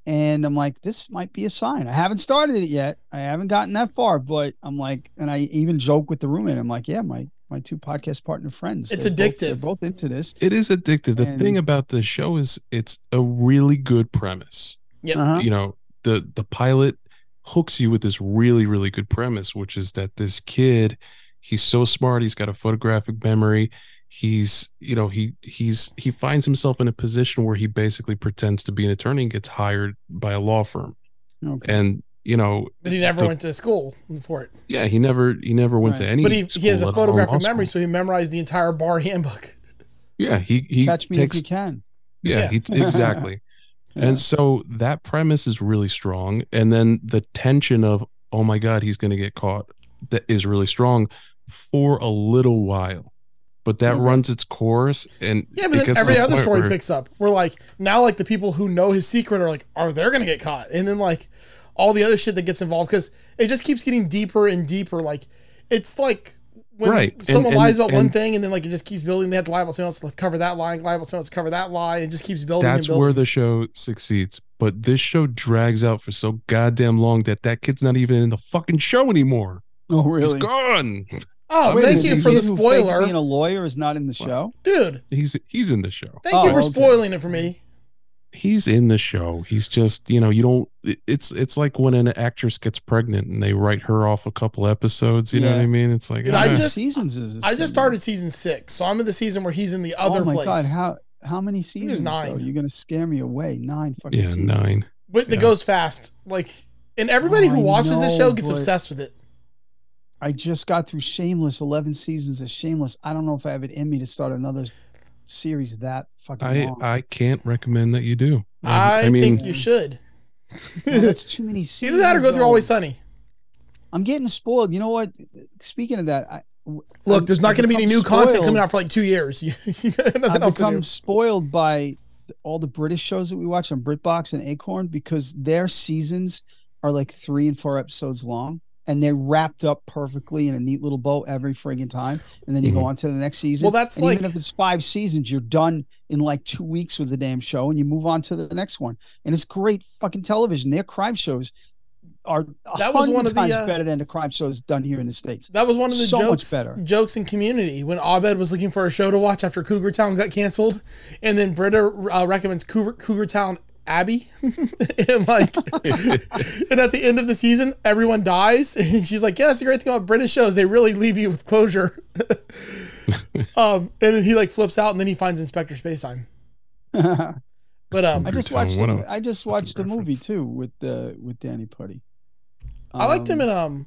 [SPEAKER 4] and I'm like, this might be a sign. I haven't started it yet. I haven't gotten that far, but I'm like, and I even joke with the roommate. I'm like, yeah, my, my two podcast partner friends.
[SPEAKER 3] It's
[SPEAKER 4] they're both-
[SPEAKER 3] addictive.
[SPEAKER 4] they're both into this.
[SPEAKER 5] It is addictive. The
[SPEAKER 4] And-
[SPEAKER 5] thing about the show is it's a really good premise.
[SPEAKER 3] Yep.
[SPEAKER 4] Uh-huh.
[SPEAKER 5] You know, the the pilot hooks you with this really really good premise, which is that this kid, he's so smart, he's got a photographic memory. He's, you know, he he's he finds himself in a position where he basically pretends to be an attorney and gets hired by a law firm.
[SPEAKER 4] Okay.
[SPEAKER 5] And you know,
[SPEAKER 3] But he never
[SPEAKER 5] the-
[SPEAKER 3] went to school for it.
[SPEAKER 5] Yeah, he never he never went to
[SPEAKER 4] Right.
[SPEAKER 5] any.
[SPEAKER 3] But he, he has
[SPEAKER 5] school
[SPEAKER 3] a
[SPEAKER 5] at all, law
[SPEAKER 3] photographic
[SPEAKER 5] school.
[SPEAKER 3] memory, so he memorized the entire bar handbook.
[SPEAKER 5] Yeah, he he
[SPEAKER 4] Catch me
[SPEAKER 5] takes.
[SPEAKER 4] if you can.
[SPEAKER 5] yeah, he
[SPEAKER 3] [LAUGHS]
[SPEAKER 5] exactly.
[SPEAKER 4] Yeah.
[SPEAKER 5] And so that premise is really strong, and then the tension of oh my god, he's going to get caught that is really strong for a little while, but that
[SPEAKER 4] Okay.
[SPEAKER 5] runs its course, and
[SPEAKER 3] Mm-hmm. Yeah, but
[SPEAKER 5] it
[SPEAKER 3] then
[SPEAKER 5] gets to
[SPEAKER 3] every
[SPEAKER 5] the
[SPEAKER 3] other
[SPEAKER 5] point
[SPEAKER 3] story
[SPEAKER 5] where-
[SPEAKER 3] picks up. We're like, now, like, the people who know his secret are like, are they going to get caught? And then, like, all the other shit that gets involved because it just keeps getting deeper and deeper. Like, it's like when
[SPEAKER 5] Right. And-
[SPEAKER 3] someone
[SPEAKER 5] and-
[SPEAKER 3] lies about one
[SPEAKER 5] and-
[SPEAKER 3] thing and then, like, it just keeps building. They have to lie about someone else to cover that lie, lie about someone else to cover that lie. It just keeps building and
[SPEAKER 5] That's
[SPEAKER 3] building.
[SPEAKER 5] where the show succeeds, but this show drags out for so goddamn long that that kid's not even in the fucking show anymore.
[SPEAKER 4] Oh, really?
[SPEAKER 5] He's gone.
[SPEAKER 3] oh,
[SPEAKER 5] Wait a
[SPEAKER 3] thank
[SPEAKER 5] minute,
[SPEAKER 3] you
[SPEAKER 5] is
[SPEAKER 3] for
[SPEAKER 4] kid
[SPEAKER 3] the
[SPEAKER 4] who faked Being
[SPEAKER 3] spoiler.
[SPEAKER 4] a lawyer is not in the show.
[SPEAKER 3] Dude,
[SPEAKER 5] He's he's in the show.
[SPEAKER 3] thank
[SPEAKER 4] Oh,
[SPEAKER 3] you for
[SPEAKER 4] okay.
[SPEAKER 3] spoiling it for me.
[SPEAKER 5] he's in the show he's just you know you don't it- it's it's like when an actress gets pregnant and they write her off a couple episodes you know what
[SPEAKER 4] Yeah.
[SPEAKER 5] i mean it's like
[SPEAKER 3] Dude,
[SPEAKER 5] ah,
[SPEAKER 4] How
[SPEAKER 3] I
[SPEAKER 4] many
[SPEAKER 3] just-
[SPEAKER 4] seasons is this
[SPEAKER 3] I just
[SPEAKER 4] thing?
[SPEAKER 3] started season six, so I'm in the season where he's in the other
[SPEAKER 4] oh my
[SPEAKER 3] place.
[SPEAKER 4] God. How, how many seasons?
[SPEAKER 3] nine.
[SPEAKER 4] Though? You're going to scare me away. Nine fucking
[SPEAKER 5] yeah
[SPEAKER 4] seasons.
[SPEAKER 5] nine
[SPEAKER 3] but it
[SPEAKER 5] Yeah.
[SPEAKER 3] goes fast. Like, and everybody
[SPEAKER 4] Oh,
[SPEAKER 3] who
[SPEAKER 4] I
[SPEAKER 3] watches this
[SPEAKER 4] know,
[SPEAKER 3] show gets
[SPEAKER 4] but-
[SPEAKER 3] obsessed with it.
[SPEAKER 4] I just got through Shameless, eleven seasons of Shameless. I don't know if I have it in me to start another series that fucking
[SPEAKER 5] I
[SPEAKER 4] long.
[SPEAKER 5] I can't recommend that you do. Um,
[SPEAKER 3] I,
[SPEAKER 5] mean,
[SPEAKER 3] think you [LAUGHS] should.
[SPEAKER 4] No,
[SPEAKER 3] [LAUGHS]
[SPEAKER 4] that's too many seasons.
[SPEAKER 3] Either that or go through
[SPEAKER 4] though.
[SPEAKER 3] Always Sunny.
[SPEAKER 4] I'm getting spoiled. You know what? Speaking of that, I,
[SPEAKER 3] Look, there's not going to be any new content coming
[SPEAKER 4] out.
[SPEAKER 3] out for like two years. [LAUGHS] You, you got nothing
[SPEAKER 4] I've
[SPEAKER 3] else to do.
[SPEAKER 4] become spoiled by all the British shows that we watch on BritBox and Acorn because their seasons are like three and four episodes long, and they're wrapped up perfectly in a neat little bow every friggin' time. And then you
[SPEAKER 5] Mhm.
[SPEAKER 4] go on to the next season.
[SPEAKER 3] Well, that's
[SPEAKER 4] and even
[SPEAKER 3] like-
[SPEAKER 4] if it's five seasons, you're done in like two weeks with the damn show, and you move on to the next one. And it's great fucking television. Their crime shows are that was one of the times
[SPEAKER 3] uh,
[SPEAKER 4] better than the crime shows done here in the states. [LAUGHS]
[SPEAKER 3] That was one of the
[SPEAKER 4] so much
[SPEAKER 3] jokes,
[SPEAKER 4] better.
[SPEAKER 3] jokes in Community when Abed was looking for a show to watch after Cougar Town got canceled, and then Britta uh, recommends Cougar, Cougar Town Abbey, [LAUGHS] and
[SPEAKER 4] [LAUGHS]
[SPEAKER 3] like, and at the end of the season, everyone dies, and she's like, "Yeah, that's the great thing about British shows; they really leave you with closure." [LAUGHS] um, and then he like flips out, and then he finds Inspector Spacetime.
[SPEAKER 4] I
[SPEAKER 3] But um, I,
[SPEAKER 5] Cougar
[SPEAKER 4] just
[SPEAKER 5] Town,
[SPEAKER 4] watched.
[SPEAKER 5] what
[SPEAKER 4] The,
[SPEAKER 5] a
[SPEAKER 4] I just watched the
[SPEAKER 5] fucking
[SPEAKER 4] movie
[SPEAKER 5] reference.
[SPEAKER 4] too with uh, with Danny Putty.
[SPEAKER 3] liked him
[SPEAKER 4] Um,
[SPEAKER 3] in um,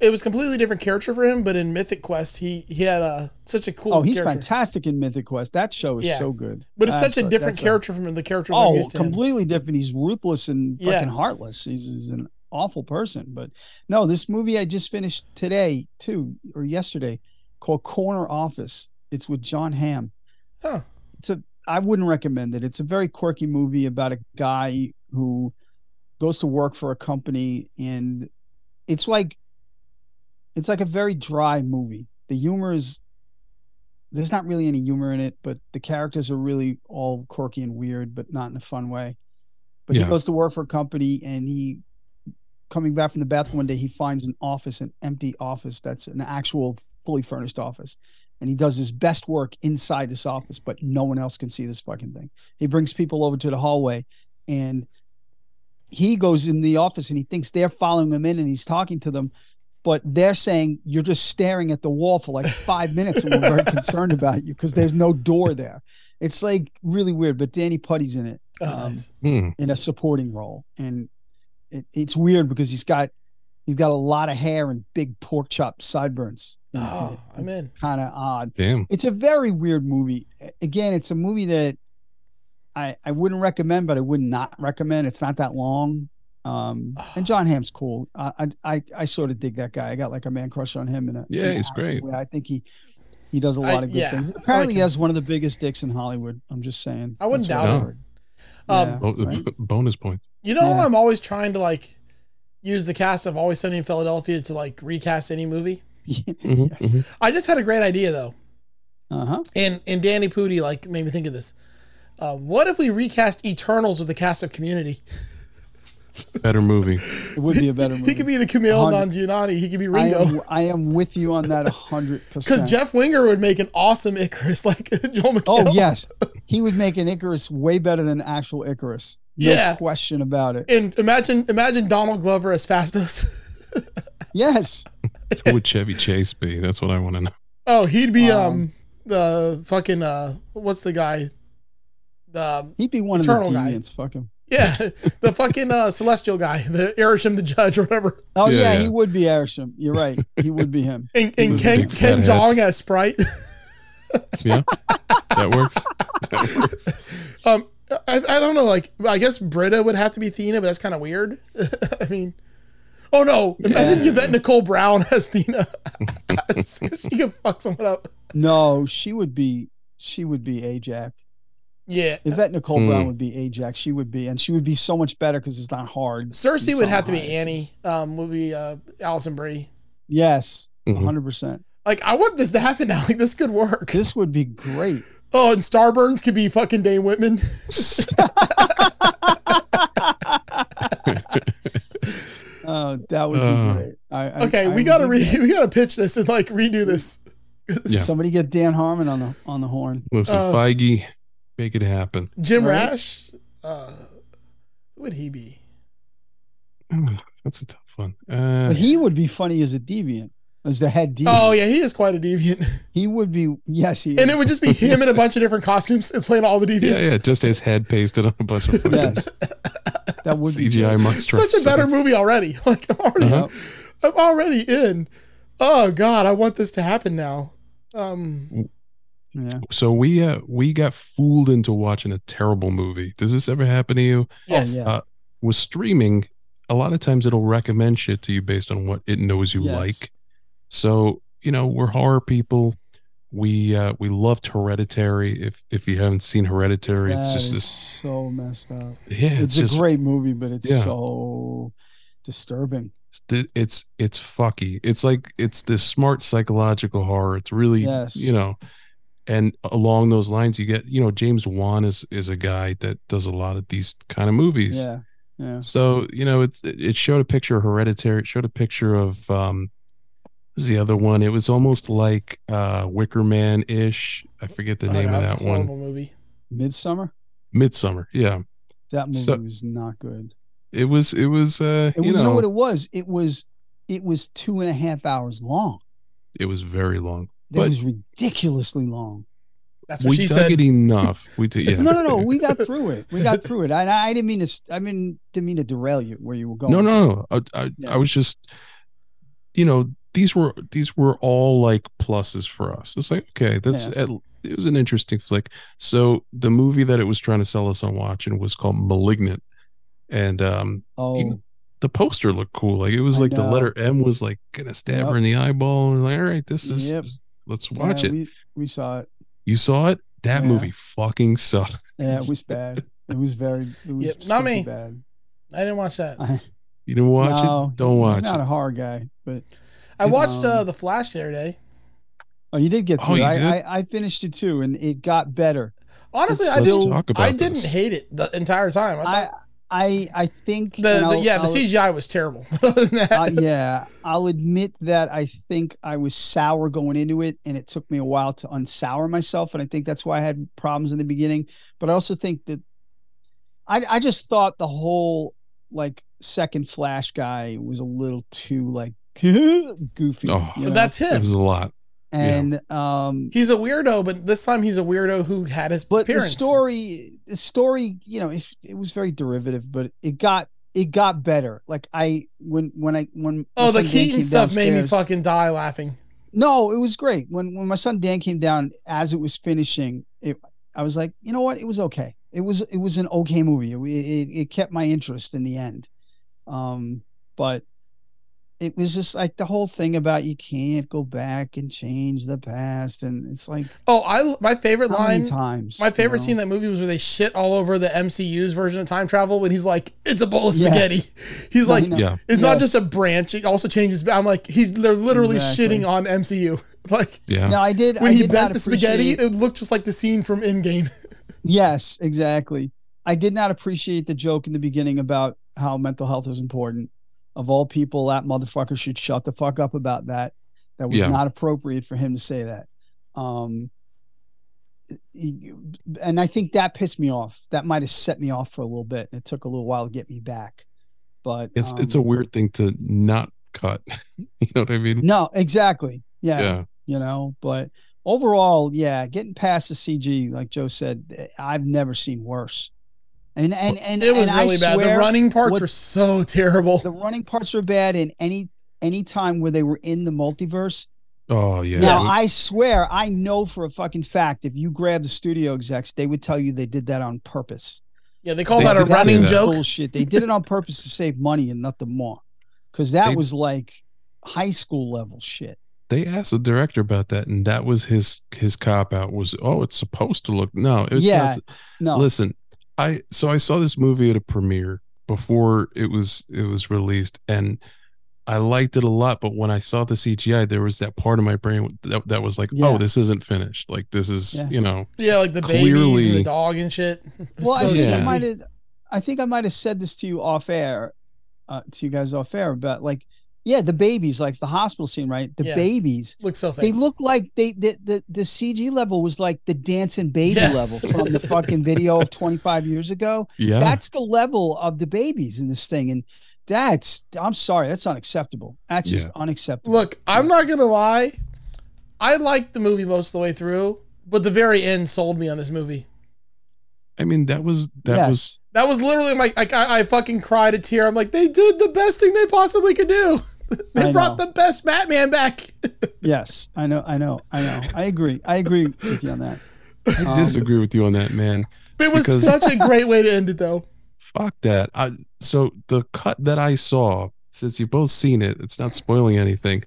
[SPEAKER 3] it was completely different character for him, but in Mythic Quest, he he had uh, such a cool.
[SPEAKER 4] Oh, he's
[SPEAKER 3] character.
[SPEAKER 4] fantastic in Mythic Quest. That show is
[SPEAKER 3] Yeah.
[SPEAKER 4] so good.
[SPEAKER 3] But it's
[SPEAKER 4] I'm
[SPEAKER 3] such a
[SPEAKER 4] sorry,
[SPEAKER 3] different
[SPEAKER 4] that's
[SPEAKER 3] character from the characters I'm
[SPEAKER 4] oh,
[SPEAKER 3] used to. him.
[SPEAKER 4] completely different. He's ruthless and
[SPEAKER 3] Yeah.
[SPEAKER 4] fucking heartless. He's, he's an awful person. But no, this movie I just finished today too, or yesterday, called Corner Office. It's with John Hamm.
[SPEAKER 3] Huh.
[SPEAKER 4] It's a. I wouldn't recommend it. It's a very quirky movie about a guy who goes to work for a company, and it's like, it's like a very dry movie. The humor is there's not really any humor in it, but the characters are really all quirky and weird, but not in a fun way. But
[SPEAKER 5] Yeah.
[SPEAKER 4] he goes to work for a company and he coming back from the bathroom one day, he finds an office, an empty office that's an actual fully furnished office. And he does his best work inside this office, but no one else can see this fucking thing. He brings people over to the hallway and he goes in the office and he thinks they're following him in and he's talking to them but they're saying you're just staring at the wall for like five minutes and we're very concerned about you because there's no door there. It's like really weird, but Danny Putty's in it
[SPEAKER 3] Oh,
[SPEAKER 4] um,
[SPEAKER 3] nice.
[SPEAKER 5] hmm,
[SPEAKER 4] in a supporting role, and it, it's weird because he's got he's got a lot of hair and big pork chop sideburns.
[SPEAKER 3] Oh, I'm in.
[SPEAKER 4] Kind of odd.
[SPEAKER 5] damn.
[SPEAKER 4] It's a very weird movie. A- Again, it's a movie that I I wouldn't recommend, but I would not recommend. It's not that long.
[SPEAKER 3] [SIGHS]
[SPEAKER 4] Um, and John Hamm's cool. I, I I I sort of dig that guy. I got like a man crush on him. In a,
[SPEAKER 5] Yeah,
[SPEAKER 4] in a
[SPEAKER 5] he's great.
[SPEAKER 4] way. I think he he does a
[SPEAKER 3] I-
[SPEAKER 4] lot of good
[SPEAKER 3] yeah, I
[SPEAKER 4] things.
[SPEAKER 3] like
[SPEAKER 4] Apparently, he
[SPEAKER 3] him.
[SPEAKER 4] has one of the biggest dicks in Hollywood. I'm just saying.
[SPEAKER 3] I wouldn't
[SPEAKER 4] That's what
[SPEAKER 5] doubt
[SPEAKER 4] I
[SPEAKER 5] it.
[SPEAKER 4] heard.
[SPEAKER 3] Um,
[SPEAKER 4] Yeah,
[SPEAKER 5] Oh, the
[SPEAKER 4] right?
[SPEAKER 5] b- [LAUGHS] bonus points.
[SPEAKER 3] You know,
[SPEAKER 4] Yeah.
[SPEAKER 3] I'm always trying to like use the cast of Always Sunny in Philadelphia to like recast any movie.
[SPEAKER 5] Mhm, mhm.
[SPEAKER 3] I just had a great idea though,
[SPEAKER 4] Uh-huh.
[SPEAKER 3] and and Danny Pudi like made me think of this. Uh, what if we recast Eternals with the cast of Community?
[SPEAKER 5] Better movie.
[SPEAKER 4] It would be a better movie.
[SPEAKER 3] [LAUGHS] He could be the Camille
[SPEAKER 4] hundred-
[SPEAKER 3] Nanjiani. He could be
[SPEAKER 4] I
[SPEAKER 3] Ringo.
[SPEAKER 4] am, I am with you on
[SPEAKER 3] [LAUGHS]
[SPEAKER 4] that 100%.
[SPEAKER 3] Because Jeff Winger would make an awesome Icarus, [LAUGHS] like Joel McHale.
[SPEAKER 4] Oh yes, he would make an Icarus way better than actual Icarus. No
[SPEAKER 3] Yeah.
[SPEAKER 4] question about it.
[SPEAKER 3] And imagine, imagine Donald Glover as Fastos. [LAUGHS]
[SPEAKER 4] Yes,
[SPEAKER 5] Who would Chevy Chase be? That's what I want to know.
[SPEAKER 3] Oh, he'd be
[SPEAKER 4] Wow.
[SPEAKER 3] um the fucking uh what's the guy? The
[SPEAKER 4] he'd be one
[SPEAKER 3] Eternal
[SPEAKER 4] of the
[SPEAKER 3] guy.
[SPEAKER 4] deviants. Fuck him.
[SPEAKER 3] yeah, [LAUGHS] the fucking uh celestial guy, the Erisham the judge or whatever.
[SPEAKER 4] Oh
[SPEAKER 5] Yeah,
[SPEAKER 4] yeah,
[SPEAKER 5] yeah.
[SPEAKER 4] he would be Arisham. You're right. He would be him.
[SPEAKER 3] And,
[SPEAKER 5] He
[SPEAKER 3] and
[SPEAKER 5] was a
[SPEAKER 3] Ken
[SPEAKER 5] big fat
[SPEAKER 3] Ken
[SPEAKER 5] head.
[SPEAKER 3] Jong as Sprite. [LAUGHS]
[SPEAKER 5] Yeah, that works. That works.
[SPEAKER 3] um I, I don't know, like I guess Britta would have to be Thena, but that's kind of weird. [LAUGHS] I mean Oh no, imagine Yvette Nicole Brown [LAUGHS] as Thena. Just 'cause she could fuck someone up.
[SPEAKER 4] No, she would be. She would be Ajax.
[SPEAKER 3] Yeah.
[SPEAKER 4] Yvette Nicole Brown
[SPEAKER 5] Hmm.
[SPEAKER 4] would be Ajax. She would be, and she would be so much better because it's not hard.
[SPEAKER 3] Cersei
[SPEAKER 4] It's
[SPEAKER 3] would
[SPEAKER 4] not
[SPEAKER 3] have to be
[SPEAKER 4] hard.
[SPEAKER 3] Annie. Um would be uh Allison Brie.
[SPEAKER 4] Yes,
[SPEAKER 5] Mhm.
[SPEAKER 4] 100. percent
[SPEAKER 3] Like I want this to happen now. [LAUGHS] Like this could work.
[SPEAKER 4] This would be great.
[SPEAKER 3] Oh, and Starburns could be fucking Dane Whitman.
[SPEAKER 4] Oh, that would
[SPEAKER 5] Uh,
[SPEAKER 4] be great. I, I-
[SPEAKER 3] Okay,
[SPEAKER 4] I
[SPEAKER 3] we
[SPEAKER 4] would
[SPEAKER 3] gotta
[SPEAKER 4] do
[SPEAKER 3] re-
[SPEAKER 4] that.
[SPEAKER 3] we gotta pitch this and like redo this.
[SPEAKER 5] Yeah.
[SPEAKER 4] Somebody get Dan Harmon on the on the horn.
[SPEAKER 5] Listen,
[SPEAKER 3] Uh,
[SPEAKER 5] Feige, make it happen.
[SPEAKER 3] Jim
[SPEAKER 4] Right.
[SPEAKER 3] Rash, uh, who would he be?
[SPEAKER 5] Oh, That's a tough one. Uh,
[SPEAKER 4] But he would be funny as a deviant, as the head deviant.
[SPEAKER 3] Oh yeah, he is quite a deviant, [LAUGHS]
[SPEAKER 4] He would be. Yes, he. Is.
[SPEAKER 3] and it would just be him in a bunch of different costumes and playing all the deviants.
[SPEAKER 5] yeah, yeah, just his head pasted on a bunch of fucking
[SPEAKER 4] Yes, that would be
[SPEAKER 5] CGI monster.
[SPEAKER 3] [LAUGHS] Such a better movie already. Like I'm already,
[SPEAKER 5] Uh-huh.
[SPEAKER 3] I'm already in. oh god, I want this to happen now. Um,
[SPEAKER 4] Yeah.
[SPEAKER 5] So we uh, we got fooled into watching a terrible movie. Does this ever happen to you?
[SPEAKER 3] yes,
[SPEAKER 4] yeah.
[SPEAKER 5] With streaming, a lot of times it'll recommend shit to you based on what it knows you
[SPEAKER 4] Yes.
[SPEAKER 5] like. So you know we're horror people. We uh, we loved Hereditary. If if you haven't seen Hereditary, it's
[SPEAKER 4] That
[SPEAKER 5] just
[SPEAKER 4] is
[SPEAKER 5] this.
[SPEAKER 4] so messed up.
[SPEAKER 5] Yeah, it's,
[SPEAKER 4] It's,
[SPEAKER 5] just
[SPEAKER 4] a great movie, but it's
[SPEAKER 5] yeah.
[SPEAKER 4] so disturbing.
[SPEAKER 5] th- it's it's fucky. It's like it's this smart psychological horror. It's really
[SPEAKER 4] Yes.
[SPEAKER 5] you know, and along those lines, you get you know James Wan is is a guy that does a lot of these kind of movies.
[SPEAKER 4] Yeah. Yeah.
[SPEAKER 5] So you know, it it showed a picture of Hereditary. It showed a picture of um, what was the other one. It was almost like uh Wicker Man ish. I forget the
[SPEAKER 3] Oh,
[SPEAKER 5] name
[SPEAKER 3] God,
[SPEAKER 5] of
[SPEAKER 3] it's a
[SPEAKER 5] that one.
[SPEAKER 3] horrible movie.
[SPEAKER 4] Midsummer.
[SPEAKER 5] Midsummer. Yeah,
[SPEAKER 4] That movie
[SPEAKER 5] So-
[SPEAKER 4] was not good.
[SPEAKER 5] it was. It was. uh
[SPEAKER 4] And
[SPEAKER 5] you, know,
[SPEAKER 4] what it was? It was it was two and a half hours long.
[SPEAKER 5] it was very long.
[SPEAKER 4] That
[SPEAKER 5] But-
[SPEAKER 4] was ridiculously long.
[SPEAKER 3] That's what
[SPEAKER 5] We
[SPEAKER 3] she
[SPEAKER 5] dug
[SPEAKER 3] said.
[SPEAKER 5] it enough. We did. Yeah.
[SPEAKER 4] No, no, no. We got through it. We got through it. I, I didn't mean to. st- I mean, didn't mean to derail you where you were going.
[SPEAKER 5] No, no, no. I, I,
[SPEAKER 4] Yeah.
[SPEAKER 5] I was just, you know, these were these were all like pluses for us. It's like okay, that's at, it was an interesting flick. So the movie that it was trying to sell us on watching was called *Malignant*, and um,
[SPEAKER 4] Oh,
[SPEAKER 5] You- the poster looked cool. Like it was
[SPEAKER 4] I
[SPEAKER 5] like the
[SPEAKER 4] know.
[SPEAKER 5] letter M was like gonna stab her in the eyeball, and we're like all right, this is
[SPEAKER 4] Yep.
[SPEAKER 5] let's watch
[SPEAKER 4] yeah,
[SPEAKER 5] it.
[SPEAKER 4] We, we saw it.
[SPEAKER 5] you saw it. That
[SPEAKER 4] Yeah.
[SPEAKER 5] movie fucking sucked. [LAUGHS]
[SPEAKER 4] Yeah, it was bad. It was very. It was
[SPEAKER 3] Yep, not
[SPEAKER 4] stinking
[SPEAKER 3] me.
[SPEAKER 4] Bad. [LAUGHS]
[SPEAKER 3] I didn't watch that.
[SPEAKER 4] I,
[SPEAKER 5] You didn't watch
[SPEAKER 4] no,
[SPEAKER 5] it. Don't watch
[SPEAKER 4] He's not
[SPEAKER 5] it.
[SPEAKER 4] a horror guy, but
[SPEAKER 3] I
[SPEAKER 4] It's-
[SPEAKER 3] watched uh, the Flash the other day.
[SPEAKER 4] oh, you did get
[SPEAKER 5] Oh,
[SPEAKER 4] through. it.
[SPEAKER 5] you
[SPEAKER 4] I,
[SPEAKER 5] did?
[SPEAKER 4] I I finished it too, and it got better.
[SPEAKER 3] Honestly,
[SPEAKER 5] Let's-
[SPEAKER 3] I
[SPEAKER 5] let's
[SPEAKER 3] didn't.
[SPEAKER 5] talk about
[SPEAKER 3] I didn't
[SPEAKER 5] this.
[SPEAKER 3] hate it the entire time. I
[SPEAKER 4] I
[SPEAKER 3] thought
[SPEAKER 4] I I think and
[SPEAKER 3] the, the
[SPEAKER 4] I'll-
[SPEAKER 3] yeah, the
[SPEAKER 4] I'll-
[SPEAKER 3] CGI was terrible. [LAUGHS]
[SPEAKER 4] uh, yeah, I'll admit that I think I was sour going into it, and it took me a while to unsour myself, and I think that's why I had problems in the beginning. But I also think that I I just thought the whole like second Flash guy was a little too like [LAUGHS] goofy.
[SPEAKER 5] Oh,
[SPEAKER 4] you
[SPEAKER 3] But
[SPEAKER 4] know?
[SPEAKER 3] that's
[SPEAKER 5] It
[SPEAKER 3] him.
[SPEAKER 5] was a lot.
[SPEAKER 4] and um,
[SPEAKER 3] He's a weirdo, but this time he's a weirdo who had his
[SPEAKER 4] but
[SPEAKER 3] appearance.
[SPEAKER 4] the story the story you know it, it was very derivative but it got it got better like i when when i when
[SPEAKER 3] oh,
[SPEAKER 4] my
[SPEAKER 3] the
[SPEAKER 4] son Dan
[SPEAKER 3] Keaton
[SPEAKER 4] came
[SPEAKER 3] stuff made me
[SPEAKER 4] downstairs-
[SPEAKER 3] fucking die laughing.
[SPEAKER 4] no it was great when when my son dan came down as it was finishing it i was like you know what it was okay it was it was an okay movie it, it, it kept my interest in the end um but it was just like the whole thing about you can't go back and change the past and it's like
[SPEAKER 3] Oh, I my favorite
[SPEAKER 4] how
[SPEAKER 3] line.
[SPEAKER 4] many times
[SPEAKER 3] My
[SPEAKER 4] you
[SPEAKER 3] favorite
[SPEAKER 4] know?
[SPEAKER 3] scene in that movie was where they shit all over the MCU's version of time travel when he's like, "It's a bowl of
[SPEAKER 4] Yeah.
[SPEAKER 3] spaghetti." [LAUGHS] He's
[SPEAKER 4] No,
[SPEAKER 3] like,
[SPEAKER 4] you know.
[SPEAKER 5] Yeah.
[SPEAKER 3] "It's not
[SPEAKER 4] Yes.
[SPEAKER 3] just a branch; it also changes." I'm like, he's they're literally
[SPEAKER 4] Exactly.
[SPEAKER 3] shitting on MCU. [LAUGHS] Like
[SPEAKER 5] Yeah.
[SPEAKER 4] no i did
[SPEAKER 3] when
[SPEAKER 4] I
[SPEAKER 3] he
[SPEAKER 4] did not
[SPEAKER 3] bent the spaghetti,
[SPEAKER 4] appreciate-
[SPEAKER 3] it looked just like the scene from Endgame.
[SPEAKER 4] Yes, exactly. I did not appreciate the joke in the beginning about how mental health is important. Of all people, that motherfucker should shut the fuck up about that. That was
[SPEAKER 5] Yeah.
[SPEAKER 4] not appropriate for him to say that. Um, he- and I think that pissed me off. That might have set me off for a little bit. It took a little while to get me back. But
[SPEAKER 5] It's it's a
[SPEAKER 4] um,
[SPEAKER 5] weird thing to not cut. [LAUGHS] you know what I mean?
[SPEAKER 4] no, exactly.
[SPEAKER 5] Yeah.
[SPEAKER 4] yeah, you know. But overall, yeah, getting past the CG, like Joe said, I've never seen worse. And and
[SPEAKER 3] [LAUGHS]
[SPEAKER 4] and
[SPEAKER 3] It was
[SPEAKER 4] and
[SPEAKER 3] really
[SPEAKER 4] I
[SPEAKER 3] bad. The
[SPEAKER 4] swear,
[SPEAKER 3] running parts
[SPEAKER 4] what-
[SPEAKER 3] were so terrible.
[SPEAKER 4] the running parts were bad in any any time where they were in the multiverse.
[SPEAKER 5] Oh yeah.
[SPEAKER 4] Now
[SPEAKER 5] It-
[SPEAKER 4] I swear, I know for a fucking fact, if you grab the studio execs, they would tell you they did that on purpose.
[SPEAKER 3] yeah, they call
[SPEAKER 5] They
[SPEAKER 3] that a
[SPEAKER 5] did say
[SPEAKER 3] running
[SPEAKER 5] that.
[SPEAKER 3] joke.
[SPEAKER 4] Bullshit. They did it on purpose to save money and nothing more, because that
[SPEAKER 5] They-
[SPEAKER 4] was like high school level shit.
[SPEAKER 5] they asked the director about that, and that was his his cop out was oh, it's supposed to look no, it's
[SPEAKER 4] Yeah,
[SPEAKER 5] not
[SPEAKER 4] No,
[SPEAKER 5] listen, I so I saw this movie at a premiere before it was it was released and I liked it a lot, but when I saw the CGI, there was that part of my brain that, that was like,
[SPEAKER 4] Yeah.
[SPEAKER 5] "Oh, this isn't finished. Like this is,
[SPEAKER 4] Yeah.
[SPEAKER 5] you know,
[SPEAKER 3] Yeah, like the babies
[SPEAKER 5] Clearly-
[SPEAKER 3] and the dog and shit. [LAUGHS] It was
[SPEAKER 4] Well, I
[SPEAKER 3] so
[SPEAKER 4] think I
[SPEAKER 5] cheesy.
[SPEAKER 4] might have, I think I might have said this to you off air, uh, to you guys off air, but like, yeah, the babies, like the hospital scene, right? The
[SPEAKER 3] Yeah.
[SPEAKER 4] babies,
[SPEAKER 3] Looks so fake.
[SPEAKER 4] they look like they the, the the CG level was like the dancing baby
[SPEAKER 3] Yes.
[SPEAKER 4] level from the fucking video of 25 years ago.
[SPEAKER 5] [LAUGHS] yeah,
[SPEAKER 4] That's the level of the babies in this thing, and that's I'm sorry, that's unacceptable. That's just
[SPEAKER 5] Yeah.
[SPEAKER 4] unacceptable.
[SPEAKER 3] Look, I'm not gonna lie. I liked the movie most of the way through, but the very end sold me on this movie.
[SPEAKER 5] I mean, that was that
[SPEAKER 4] Yes.
[SPEAKER 5] was
[SPEAKER 3] That was literally my like I, I fucking cried a tear. I'm like, they did the best thing they possibly could do. [LAUGHS] They
[SPEAKER 4] I
[SPEAKER 3] brought
[SPEAKER 4] know.
[SPEAKER 3] the best Batman back. [LAUGHS]
[SPEAKER 4] Yes, I know, I know, I know. I agree. I agree with you on that. Um,
[SPEAKER 5] I disagree with you on that, man.
[SPEAKER 3] It was
[SPEAKER 5] Because-
[SPEAKER 3] such a great way to end it, though.
[SPEAKER 5] Fuck that. I, so the cut that I saw, since you both seen it, it's not spoiling anything.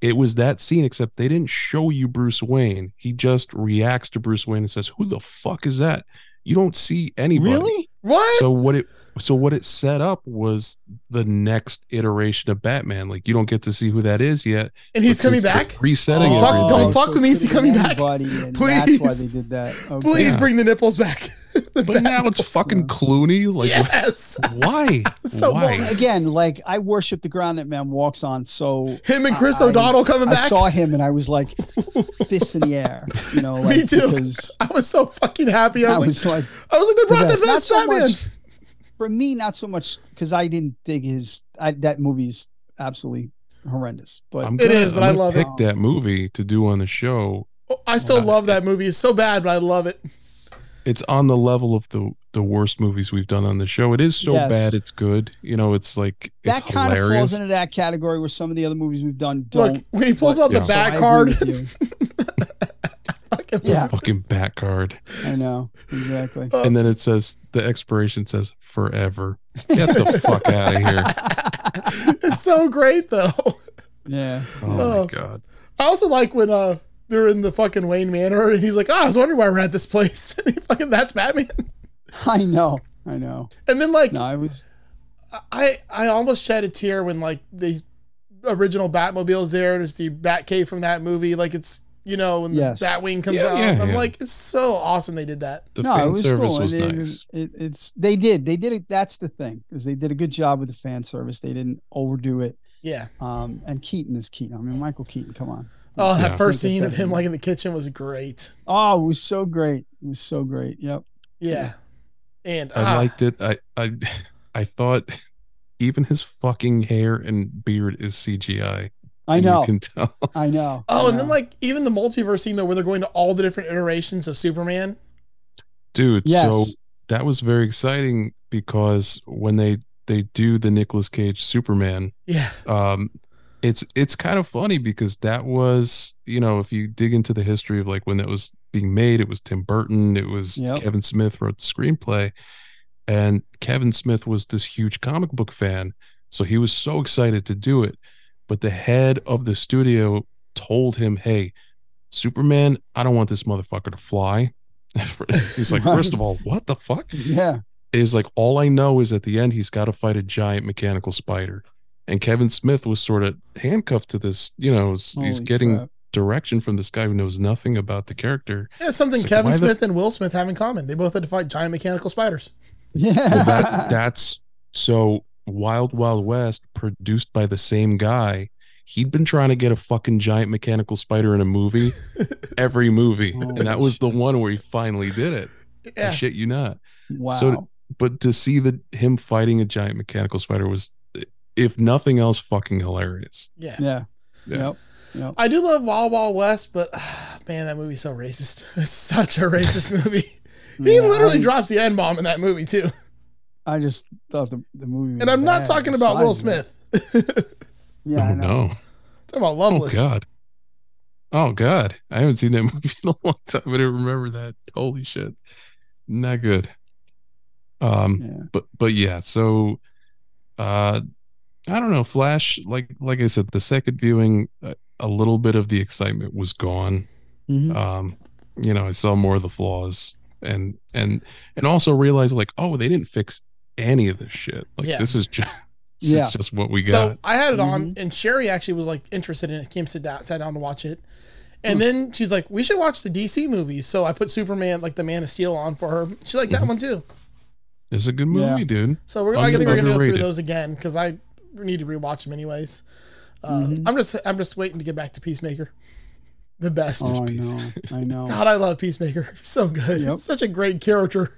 [SPEAKER 5] It was that scene, except they didn't show you Bruce Wayne. He just reacts to Bruce Wayne and says, "Who the fuck is that?" You don't see anybody.
[SPEAKER 4] Really?
[SPEAKER 3] What?
[SPEAKER 5] So what it so what it set up was the next iteration of Batman. Like you don't get to see who that is yet.
[SPEAKER 3] and he's
[SPEAKER 5] but
[SPEAKER 3] coming
[SPEAKER 5] since they're
[SPEAKER 3] back.
[SPEAKER 5] Resetting.
[SPEAKER 3] Oh, fuck,
[SPEAKER 5] everything-
[SPEAKER 3] don't fuck with me, is he coming back?
[SPEAKER 4] Please. That's why
[SPEAKER 3] Please.
[SPEAKER 4] they did that. Okay.
[SPEAKER 3] Please
[SPEAKER 5] Yeah.
[SPEAKER 3] bring the nipples back. [LAUGHS] The
[SPEAKER 5] But now it's
[SPEAKER 3] nipples.
[SPEAKER 5] fucking Clooney. Like
[SPEAKER 3] yes.
[SPEAKER 5] why?
[SPEAKER 3] [LAUGHS] So
[SPEAKER 5] why?
[SPEAKER 4] Again, like I worship the ground that man walks on. So
[SPEAKER 3] Him and Chris
[SPEAKER 4] I-
[SPEAKER 3] O'Donnell coming
[SPEAKER 4] I
[SPEAKER 3] back.
[SPEAKER 4] saw him and I was like, fists in the air. You know,
[SPEAKER 3] [LAUGHS]
[SPEAKER 4] like,
[SPEAKER 3] me too.
[SPEAKER 4] Because
[SPEAKER 3] I was so fucking happy. I
[SPEAKER 4] I
[SPEAKER 3] was,
[SPEAKER 4] was
[SPEAKER 3] like,
[SPEAKER 4] like,
[SPEAKER 3] I was like, they brought
[SPEAKER 4] Yes,
[SPEAKER 3] the best Batman.
[SPEAKER 4] for me, not so much because I didn't dig his. I, that movie's absolutely horrendous. But
[SPEAKER 5] I'm
[SPEAKER 3] It is, but
[SPEAKER 5] I'm
[SPEAKER 3] I love it.
[SPEAKER 5] pick that movie to do on the show.
[SPEAKER 3] Oh, I still love that movie. It's so bad, but I love it.
[SPEAKER 5] It's on the level of the the worst movies we've done on the show. It is so
[SPEAKER 4] Yes.
[SPEAKER 5] bad it's good. You know, it's like it's
[SPEAKER 4] that kind of
[SPEAKER 5] hilarious.
[SPEAKER 4] falls into that category where some of the other movies we've done don't.
[SPEAKER 3] Look, when he pulls
[SPEAKER 4] but-
[SPEAKER 3] out the
[SPEAKER 5] Yeah.
[SPEAKER 4] So I
[SPEAKER 3] bat
[SPEAKER 4] agree
[SPEAKER 3] card,
[SPEAKER 4] with
[SPEAKER 3] [LAUGHS]
[SPEAKER 4] you.
[SPEAKER 3] fucking
[SPEAKER 4] Yeah.
[SPEAKER 5] Fucking back card.
[SPEAKER 3] [LAUGHS]
[SPEAKER 4] I know exactly.
[SPEAKER 3] Uh,
[SPEAKER 5] and then it says the expiration says
[SPEAKER 4] [LAUGHS]
[SPEAKER 5] forever. Get the fuck out of here.
[SPEAKER 3] it's so great though.
[SPEAKER 4] Yeah.
[SPEAKER 5] Oh
[SPEAKER 3] Oh.
[SPEAKER 5] my god.
[SPEAKER 3] I also like when uh they're in the fucking Wayne Manor and he's like, oh, I was wondering why we're at this place. [LAUGHS] And he fucking that's Batman.
[SPEAKER 4] [LAUGHS] I know. I know.
[SPEAKER 3] And then like
[SPEAKER 4] No, I was.
[SPEAKER 3] I I almost shed a tear when like the original Batmobile's there and it's the Batcave from that movie. Like it's you know when
[SPEAKER 4] Yes.
[SPEAKER 3] the Batwing comes
[SPEAKER 5] Yeah,
[SPEAKER 3] out.
[SPEAKER 5] yeah,
[SPEAKER 3] I'm
[SPEAKER 5] yeah.
[SPEAKER 3] like, it's so awesome they did that.
[SPEAKER 5] The
[SPEAKER 4] no, it
[SPEAKER 5] fan
[SPEAKER 4] was
[SPEAKER 5] service
[SPEAKER 4] cool.
[SPEAKER 5] was
[SPEAKER 4] and it
[SPEAKER 5] nice.
[SPEAKER 4] it- it's they did. They did it. That's the thing is they did a good job with the fan service. They didn't overdo it.
[SPEAKER 3] Yeah.
[SPEAKER 4] Um, and Keaton is Keaton. I mean, Michael Keaton. Come on.
[SPEAKER 3] Oh, that
[SPEAKER 5] Yeah.
[SPEAKER 3] first
[SPEAKER 4] Think
[SPEAKER 3] scene of
[SPEAKER 4] it's
[SPEAKER 3] him like in the kitchen was great.
[SPEAKER 4] Oh, it was so great. It was so great. Yep.
[SPEAKER 3] Yeah. And
[SPEAKER 5] I
[SPEAKER 3] ah,
[SPEAKER 5] liked it. I I I thought even his fucking hair and beard is CGI.
[SPEAKER 4] I
[SPEAKER 5] And
[SPEAKER 4] know.
[SPEAKER 5] You can tell.
[SPEAKER 4] I know.
[SPEAKER 3] [LAUGHS] Oh,
[SPEAKER 4] I
[SPEAKER 3] and then
[SPEAKER 4] know.
[SPEAKER 3] like even the multiverse scene though, where they're going to all the different iterations of Superman.
[SPEAKER 5] Dude,
[SPEAKER 4] yes.
[SPEAKER 5] so that was very exciting because when they they do the Nicolas Cage Superman,
[SPEAKER 3] Yeah,
[SPEAKER 5] um it's it's kind of funny because that was, you know, if you dig into the history of like when that was being made, it was Tim Burton, it was
[SPEAKER 4] Yep.
[SPEAKER 5] Kevin Smith wrote the screenplay and Kevin Smith was this huge comic book fan, so he was so excited to do it. But the head of the studio told him, "Hey, Superman, I don't want this motherfucker to fly." [LAUGHS] He's like, first of all, what the fuck?
[SPEAKER 4] yeah.
[SPEAKER 5] is like all I know is at the end he's got to fight a giant mechanical spider, and Kevin Smith was sort of handcuffed to this. You know, he's, he's
[SPEAKER 4] Holy
[SPEAKER 5] getting
[SPEAKER 4] crap.
[SPEAKER 5] direction from this guy who knows nothing about
[SPEAKER 4] [LAUGHS]
[SPEAKER 5] the character.
[SPEAKER 3] yeah, something
[SPEAKER 5] It's like,
[SPEAKER 3] Kevin
[SPEAKER 5] why the-
[SPEAKER 3] Smith and Will Smith have in common. They both had to fight giant mechanical spiders.
[SPEAKER 4] Yeah.
[SPEAKER 5] Well, that that's so Wild Wild West, produced by the same guy. He'd been trying to get a fucking giant mechanical spider in
[SPEAKER 4] [LAUGHS]
[SPEAKER 5] a movie, every movie, and
[SPEAKER 4] Holy
[SPEAKER 5] that was the one where he finally did it. I
[SPEAKER 3] Yeah,
[SPEAKER 5] shit you not.
[SPEAKER 4] wow.
[SPEAKER 5] so- but to see that him fighting a giant mechanical spider was if nothing else fucking hilarious
[SPEAKER 3] yeah.
[SPEAKER 4] yeah.
[SPEAKER 5] Yeah.
[SPEAKER 4] Yep. Yep.
[SPEAKER 3] I do love Wild Wild West, but ah, man, that movie's so racist. [LAUGHS] It's such a racist
[SPEAKER 5] [LAUGHS]
[SPEAKER 3] movie. [LAUGHS] He
[SPEAKER 4] Yeah,
[SPEAKER 3] literally
[SPEAKER 4] I,
[SPEAKER 3] drops the N bomb in that movie too.
[SPEAKER 4] I just thought the, the movie. was
[SPEAKER 3] And I'm not
[SPEAKER 4] bad
[SPEAKER 3] talking about Will
[SPEAKER 4] besides that.
[SPEAKER 3] Smith. [LAUGHS] talking
[SPEAKER 4] Yeah. I
[SPEAKER 5] oh
[SPEAKER 4] know.
[SPEAKER 5] no
[SPEAKER 3] about
[SPEAKER 5] oh
[SPEAKER 3] Loveless.
[SPEAKER 5] god oh god i haven't seen that [LAUGHS] movie in a long time i didn't remember that holy shit not good um
[SPEAKER 4] Yeah.
[SPEAKER 5] but but yeah so uh i don't know flash like like i said the second viewing a, a little bit of the excitement was gone
[SPEAKER 3] Mm-hmm.
[SPEAKER 4] Mhm.
[SPEAKER 5] um you know i saw more of the flaws and and and also realized like oh they didn't fix any of this shit like
[SPEAKER 3] Yeah.
[SPEAKER 5] [LAUGHS] this is just
[SPEAKER 4] Yeah.
[SPEAKER 5] is just what we
[SPEAKER 3] so
[SPEAKER 5] got Mm-hmm.
[SPEAKER 3] I had it on, and Sherry actually was like interested in it. Came sit down, sat down to watch it, and
[SPEAKER 5] Hmm.
[SPEAKER 3] then she's like, "We should watch the DC movies." So I put Superman, like the Man of Steel, on for her. She's like,
[SPEAKER 5] Mm-hmm.
[SPEAKER 3] "That one too."
[SPEAKER 5] it's a good movie
[SPEAKER 4] Yeah.
[SPEAKER 5] dude
[SPEAKER 3] So we're, I
[SPEAKER 5] Under-
[SPEAKER 3] think we're gonna go through
[SPEAKER 5] underrated.
[SPEAKER 3] those again because I need to rewatch them anyways. Uh,
[SPEAKER 4] Mhm.
[SPEAKER 3] I'm just, I'm just waiting to get back to Peacemaker, the best.
[SPEAKER 4] [LAUGHS] Oh, I know.
[SPEAKER 3] [LAUGHS]
[SPEAKER 4] I know.
[SPEAKER 3] God, I love Peacemaker. [LAUGHS] He's so good.
[SPEAKER 4] Yep.
[SPEAKER 3] Such a great character.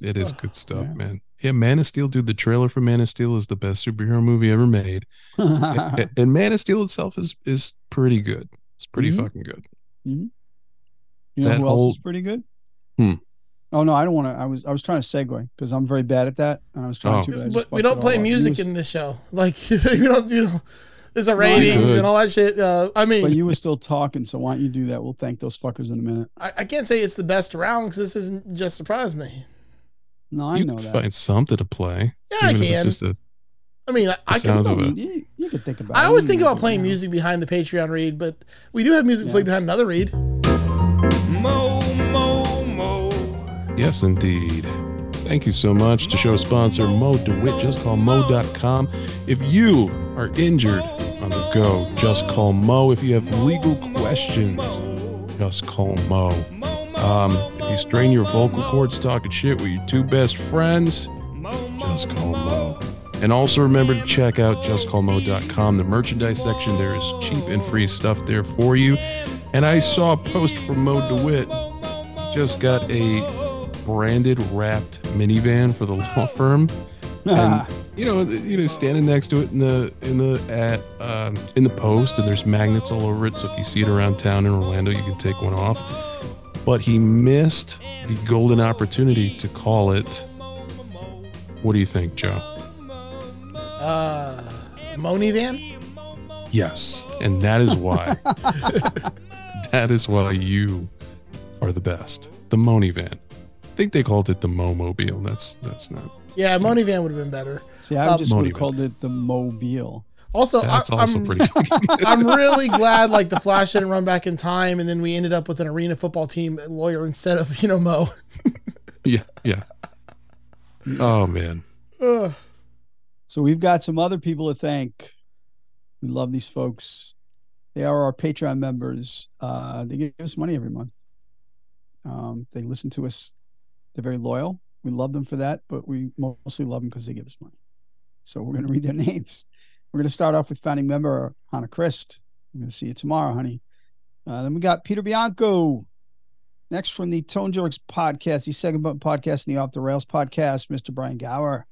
[SPEAKER 5] it is good stuff
[SPEAKER 4] yeah.
[SPEAKER 5] man yeah man of steel dude the trailer for man of steel is the best superhero movie
[SPEAKER 4] [LAUGHS]
[SPEAKER 5] ever made A- and, man of steel itself is is pretty good it's pretty
[SPEAKER 4] Mhm.
[SPEAKER 5] fucking good
[SPEAKER 4] you know
[SPEAKER 5] that
[SPEAKER 4] who else
[SPEAKER 5] whole-
[SPEAKER 4] is pretty good?
[SPEAKER 5] Hmm.
[SPEAKER 4] Oh no, I don't want to. I was I was trying to segue because I'm very bad at that, and I was trying
[SPEAKER 5] Oh.
[SPEAKER 4] to. But, I just
[SPEAKER 3] But we
[SPEAKER 4] fucked it
[SPEAKER 3] don't
[SPEAKER 4] all
[SPEAKER 3] play
[SPEAKER 4] up. You
[SPEAKER 3] music
[SPEAKER 4] was-
[SPEAKER 3] in this show. [LAUGHS] Like we don't, you know, there's a ratings
[SPEAKER 5] good.
[SPEAKER 3] and all that shit. Uh, I mean,
[SPEAKER 4] But you were still talking, so why don't you do that? We'll thank those fuckers in a minute.
[SPEAKER 3] I, I can't say it's the best round because this isn't just surprise me.
[SPEAKER 4] No, I
[SPEAKER 5] you
[SPEAKER 4] know
[SPEAKER 5] can
[SPEAKER 4] that.
[SPEAKER 5] find something to play.
[SPEAKER 3] Yeah, I
[SPEAKER 5] even if
[SPEAKER 3] can.
[SPEAKER 5] it's just a-
[SPEAKER 3] I mean, I, I
[SPEAKER 5] sound
[SPEAKER 3] can.
[SPEAKER 5] of it.
[SPEAKER 4] You, you can think about.
[SPEAKER 3] I
[SPEAKER 4] it.
[SPEAKER 3] always
[SPEAKER 4] You
[SPEAKER 3] think
[SPEAKER 4] know
[SPEAKER 3] about
[SPEAKER 4] it
[SPEAKER 3] playing
[SPEAKER 4] now. [LAUGHS]
[SPEAKER 3] music behind the Patreon read, but we do have music to play
[SPEAKER 4] Yeah.
[SPEAKER 3] behind another read.
[SPEAKER 2] Mo, mo, mo.
[SPEAKER 5] Yes, indeed. Thank you so much to show sponsor Mo DeWitt. Just call Mo.com. If you are injured on the go, just call Mo. If you have legal questions, just call Mo. Um, if you strain your vocal cords talking shit with your two best friends, just call Mo. And also remember to check out justcallmo.com, the merchandise section. There is cheap and free stuff there for you. And I saw a post from Mo DeWitt. He Just got a branded wrapped minivan for the [LAUGHS] law firm. And you know, th- you know, standing next to it in the in the at um, in the post, and there's magnets all over it. So if you see it around town in Orlando, you can take one off. But he missed the golden opportunity to call it. What do you think, Joe?
[SPEAKER 3] Uh, Moni Van.
[SPEAKER 5] Yes, and that
[SPEAKER 3] [LAUGHS]
[SPEAKER 5] is why. [LAUGHS] that is why you are the best. The Moni van. I think they called it the Mo Mobile. That's that's not
[SPEAKER 3] Yeah, Moni Van would have been better.
[SPEAKER 4] See, I
[SPEAKER 3] Um,
[SPEAKER 4] just would
[SPEAKER 5] Moni
[SPEAKER 4] have
[SPEAKER 5] Van.
[SPEAKER 4] called it the Mobile.
[SPEAKER 3] Also,
[SPEAKER 5] That's
[SPEAKER 3] I,
[SPEAKER 5] also
[SPEAKER 3] I'm, [LAUGHS]
[SPEAKER 5] pretty. [LAUGHS]
[SPEAKER 3] I'm really glad like the Flash didn't run back in time, and then we ended up with an arena football team lawyer instead of you know Mo. [SIGHS]
[SPEAKER 5] yeah, yeah. Oh man,
[SPEAKER 3] Ugh.
[SPEAKER 4] So we've got some other people to thank. We love these folks. They are our Patreon members. Uh, they give us money every month. Um, they listen to us. They're very loyal. We love them for that, but we mostly love them because they give us money. So we're going to read their [LAUGHS] names. We're going to start off with founding member Hannah Christ. I'm going to see you tomorrow, honey. Uh, then we got Peter Bianco. Next from the Tone Jerks podcast, the second button podcast, and the Off the Rails podcast, Mr. Brian Gower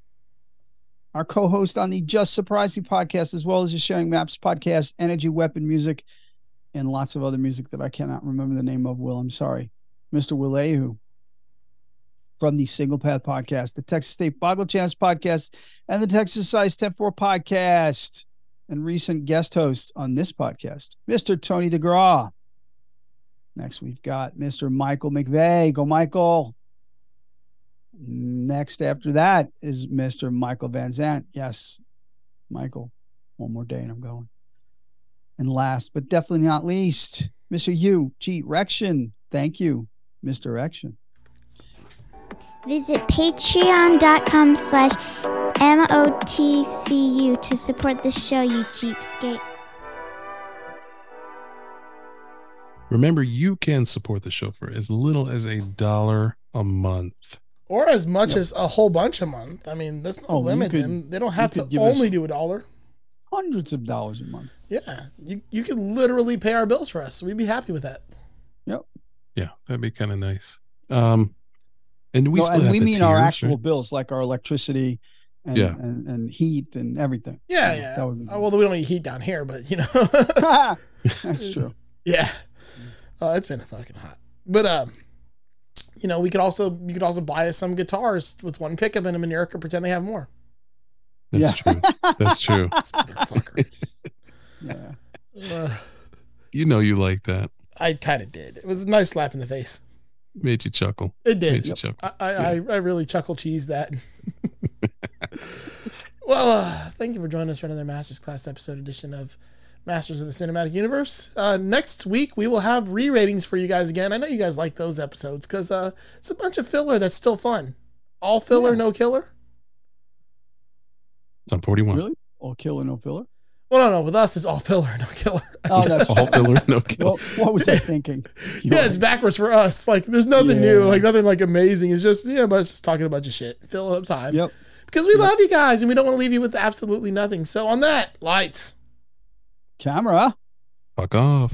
[SPEAKER 4] our co-host on the Just Surprising podcast, as well as the Sharing Maps podcast, Energy Weapon Music, and lots of other music that I cannot remember the name of. Will, I'm sorry, Mr. Willehu from the Single Path podcast, the Texas State Boggle Chance podcast, and the Texas Size 10-4 podcast, and recent guest host on this podcast, Mr. Tony DeGraw. Next, we've got Mr. Michael McVeigh. Go, Michael. Next after that is Mr. Michael Van Zant. Yes, Michael, one more day and I'm going. And last but definitely not least, Mr. U G Rection. Thank you, Mr. Rection.
[SPEAKER 6] Visit patreon.com slash MOTCU to support the show, you cheapskate.
[SPEAKER 5] remember you can support the show for as little as a dollar a month.
[SPEAKER 3] Or as much as a whole bunch a month. I mean, that's no
[SPEAKER 4] Oh, you
[SPEAKER 3] limit.
[SPEAKER 4] could-
[SPEAKER 3] them. They don't have to
[SPEAKER 4] you could give us-
[SPEAKER 3] only do a dollar.
[SPEAKER 4] Hundreds of dollars a month.
[SPEAKER 3] Yeah, you you could literally pay our bills for us. We'd be happy with that.
[SPEAKER 5] Yeah, that'd be kind of nice. Um, and we
[SPEAKER 4] No,
[SPEAKER 5] still
[SPEAKER 4] and
[SPEAKER 5] have
[SPEAKER 4] we
[SPEAKER 5] the
[SPEAKER 4] mean our
[SPEAKER 5] tiers,
[SPEAKER 4] actual
[SPEAKER 5] right?
[SPEAKER 4] bills, like our electricity and,
[SPEAKER 5] Yeah.
[SPEAKER 4] and, and heat and
[SPEAKER 5] [LAUGHS]
[SPEAKER 4] everything.
[SPEAKER 3] Yeah, yeah.
[SPEAKER 4] That would be
[SPEAKER 3] Uh, well, we don't eat heat down here, but you know, [LAUGHS]
[SPEAKER 4] [LAUGHS] That's true.
[SPEAKER 3] yeah. Uh, it's been fucking hot, but um, you know, we could also you could also buy us some guitars with one pickup in them, and Eric could pretend they have more.
[SPEAKER 5] [LAUGHS] That's true. That's true.
[SPEAKER 3] This motherfucker.
[SPEAKER 4] Yeah.
[SPEAKER 3] Uh,
[SPEAKER 5] You know you like that.
[SPEAKER 3] I kind of did. It was a nice slap in the face.
[SPEAKER 5] Made you chuckle.
[SPEAKER 3] It
[SPEAKER 5] Made
[SPEAKER 3] did.
[SPEAKER 5] you chuckle.
[SPEAKER 3] I, I, I, I really chuckle cheese that. [LAUGHS] well, uh, thank you for joining us for another Masters Class episode edition of Masters of the Cinematic Universe. Uh, next week, we will have re ratings for you guys again. I know you guys like those episodes because uh, it's a bunch of filler that's still fun. All filler, no killer?
[SPEAKER 5] It's on 41.
[SPEAKER 4] Really? All killer, no
[SPEAKER 5] [LAUGHS]
[SPEAKER 4] filler?
[SPEAKER 3] Well, no, no. With us, it's all [LAUGHS] filler, no killer.
[SPEAKER 4] Oh, that's
[SPEAKER 5] All filler, no kill.
[SPEAKER 4] well, what was I
[SPEAKER 5] [LAUGHS]
[SPEAKER 4] thinking?
[SPEAKER 3] yeah, it's backwards for us. Like, there's nothing new,
[SPEAKER 4] Yeah.
[SPEAKER 3] like, nothing like amazing. It's just, yeah, but it's just talking a bunch of shit, filling up time.
[SPEAKER 4] Yep.
[SPEAKER 3] Because we love you guys and we don't want to leave you with absolutely nothing. So, on that, lights.
[SPEAKER 4] Camera.
[SPEAKER 5] Fuck off.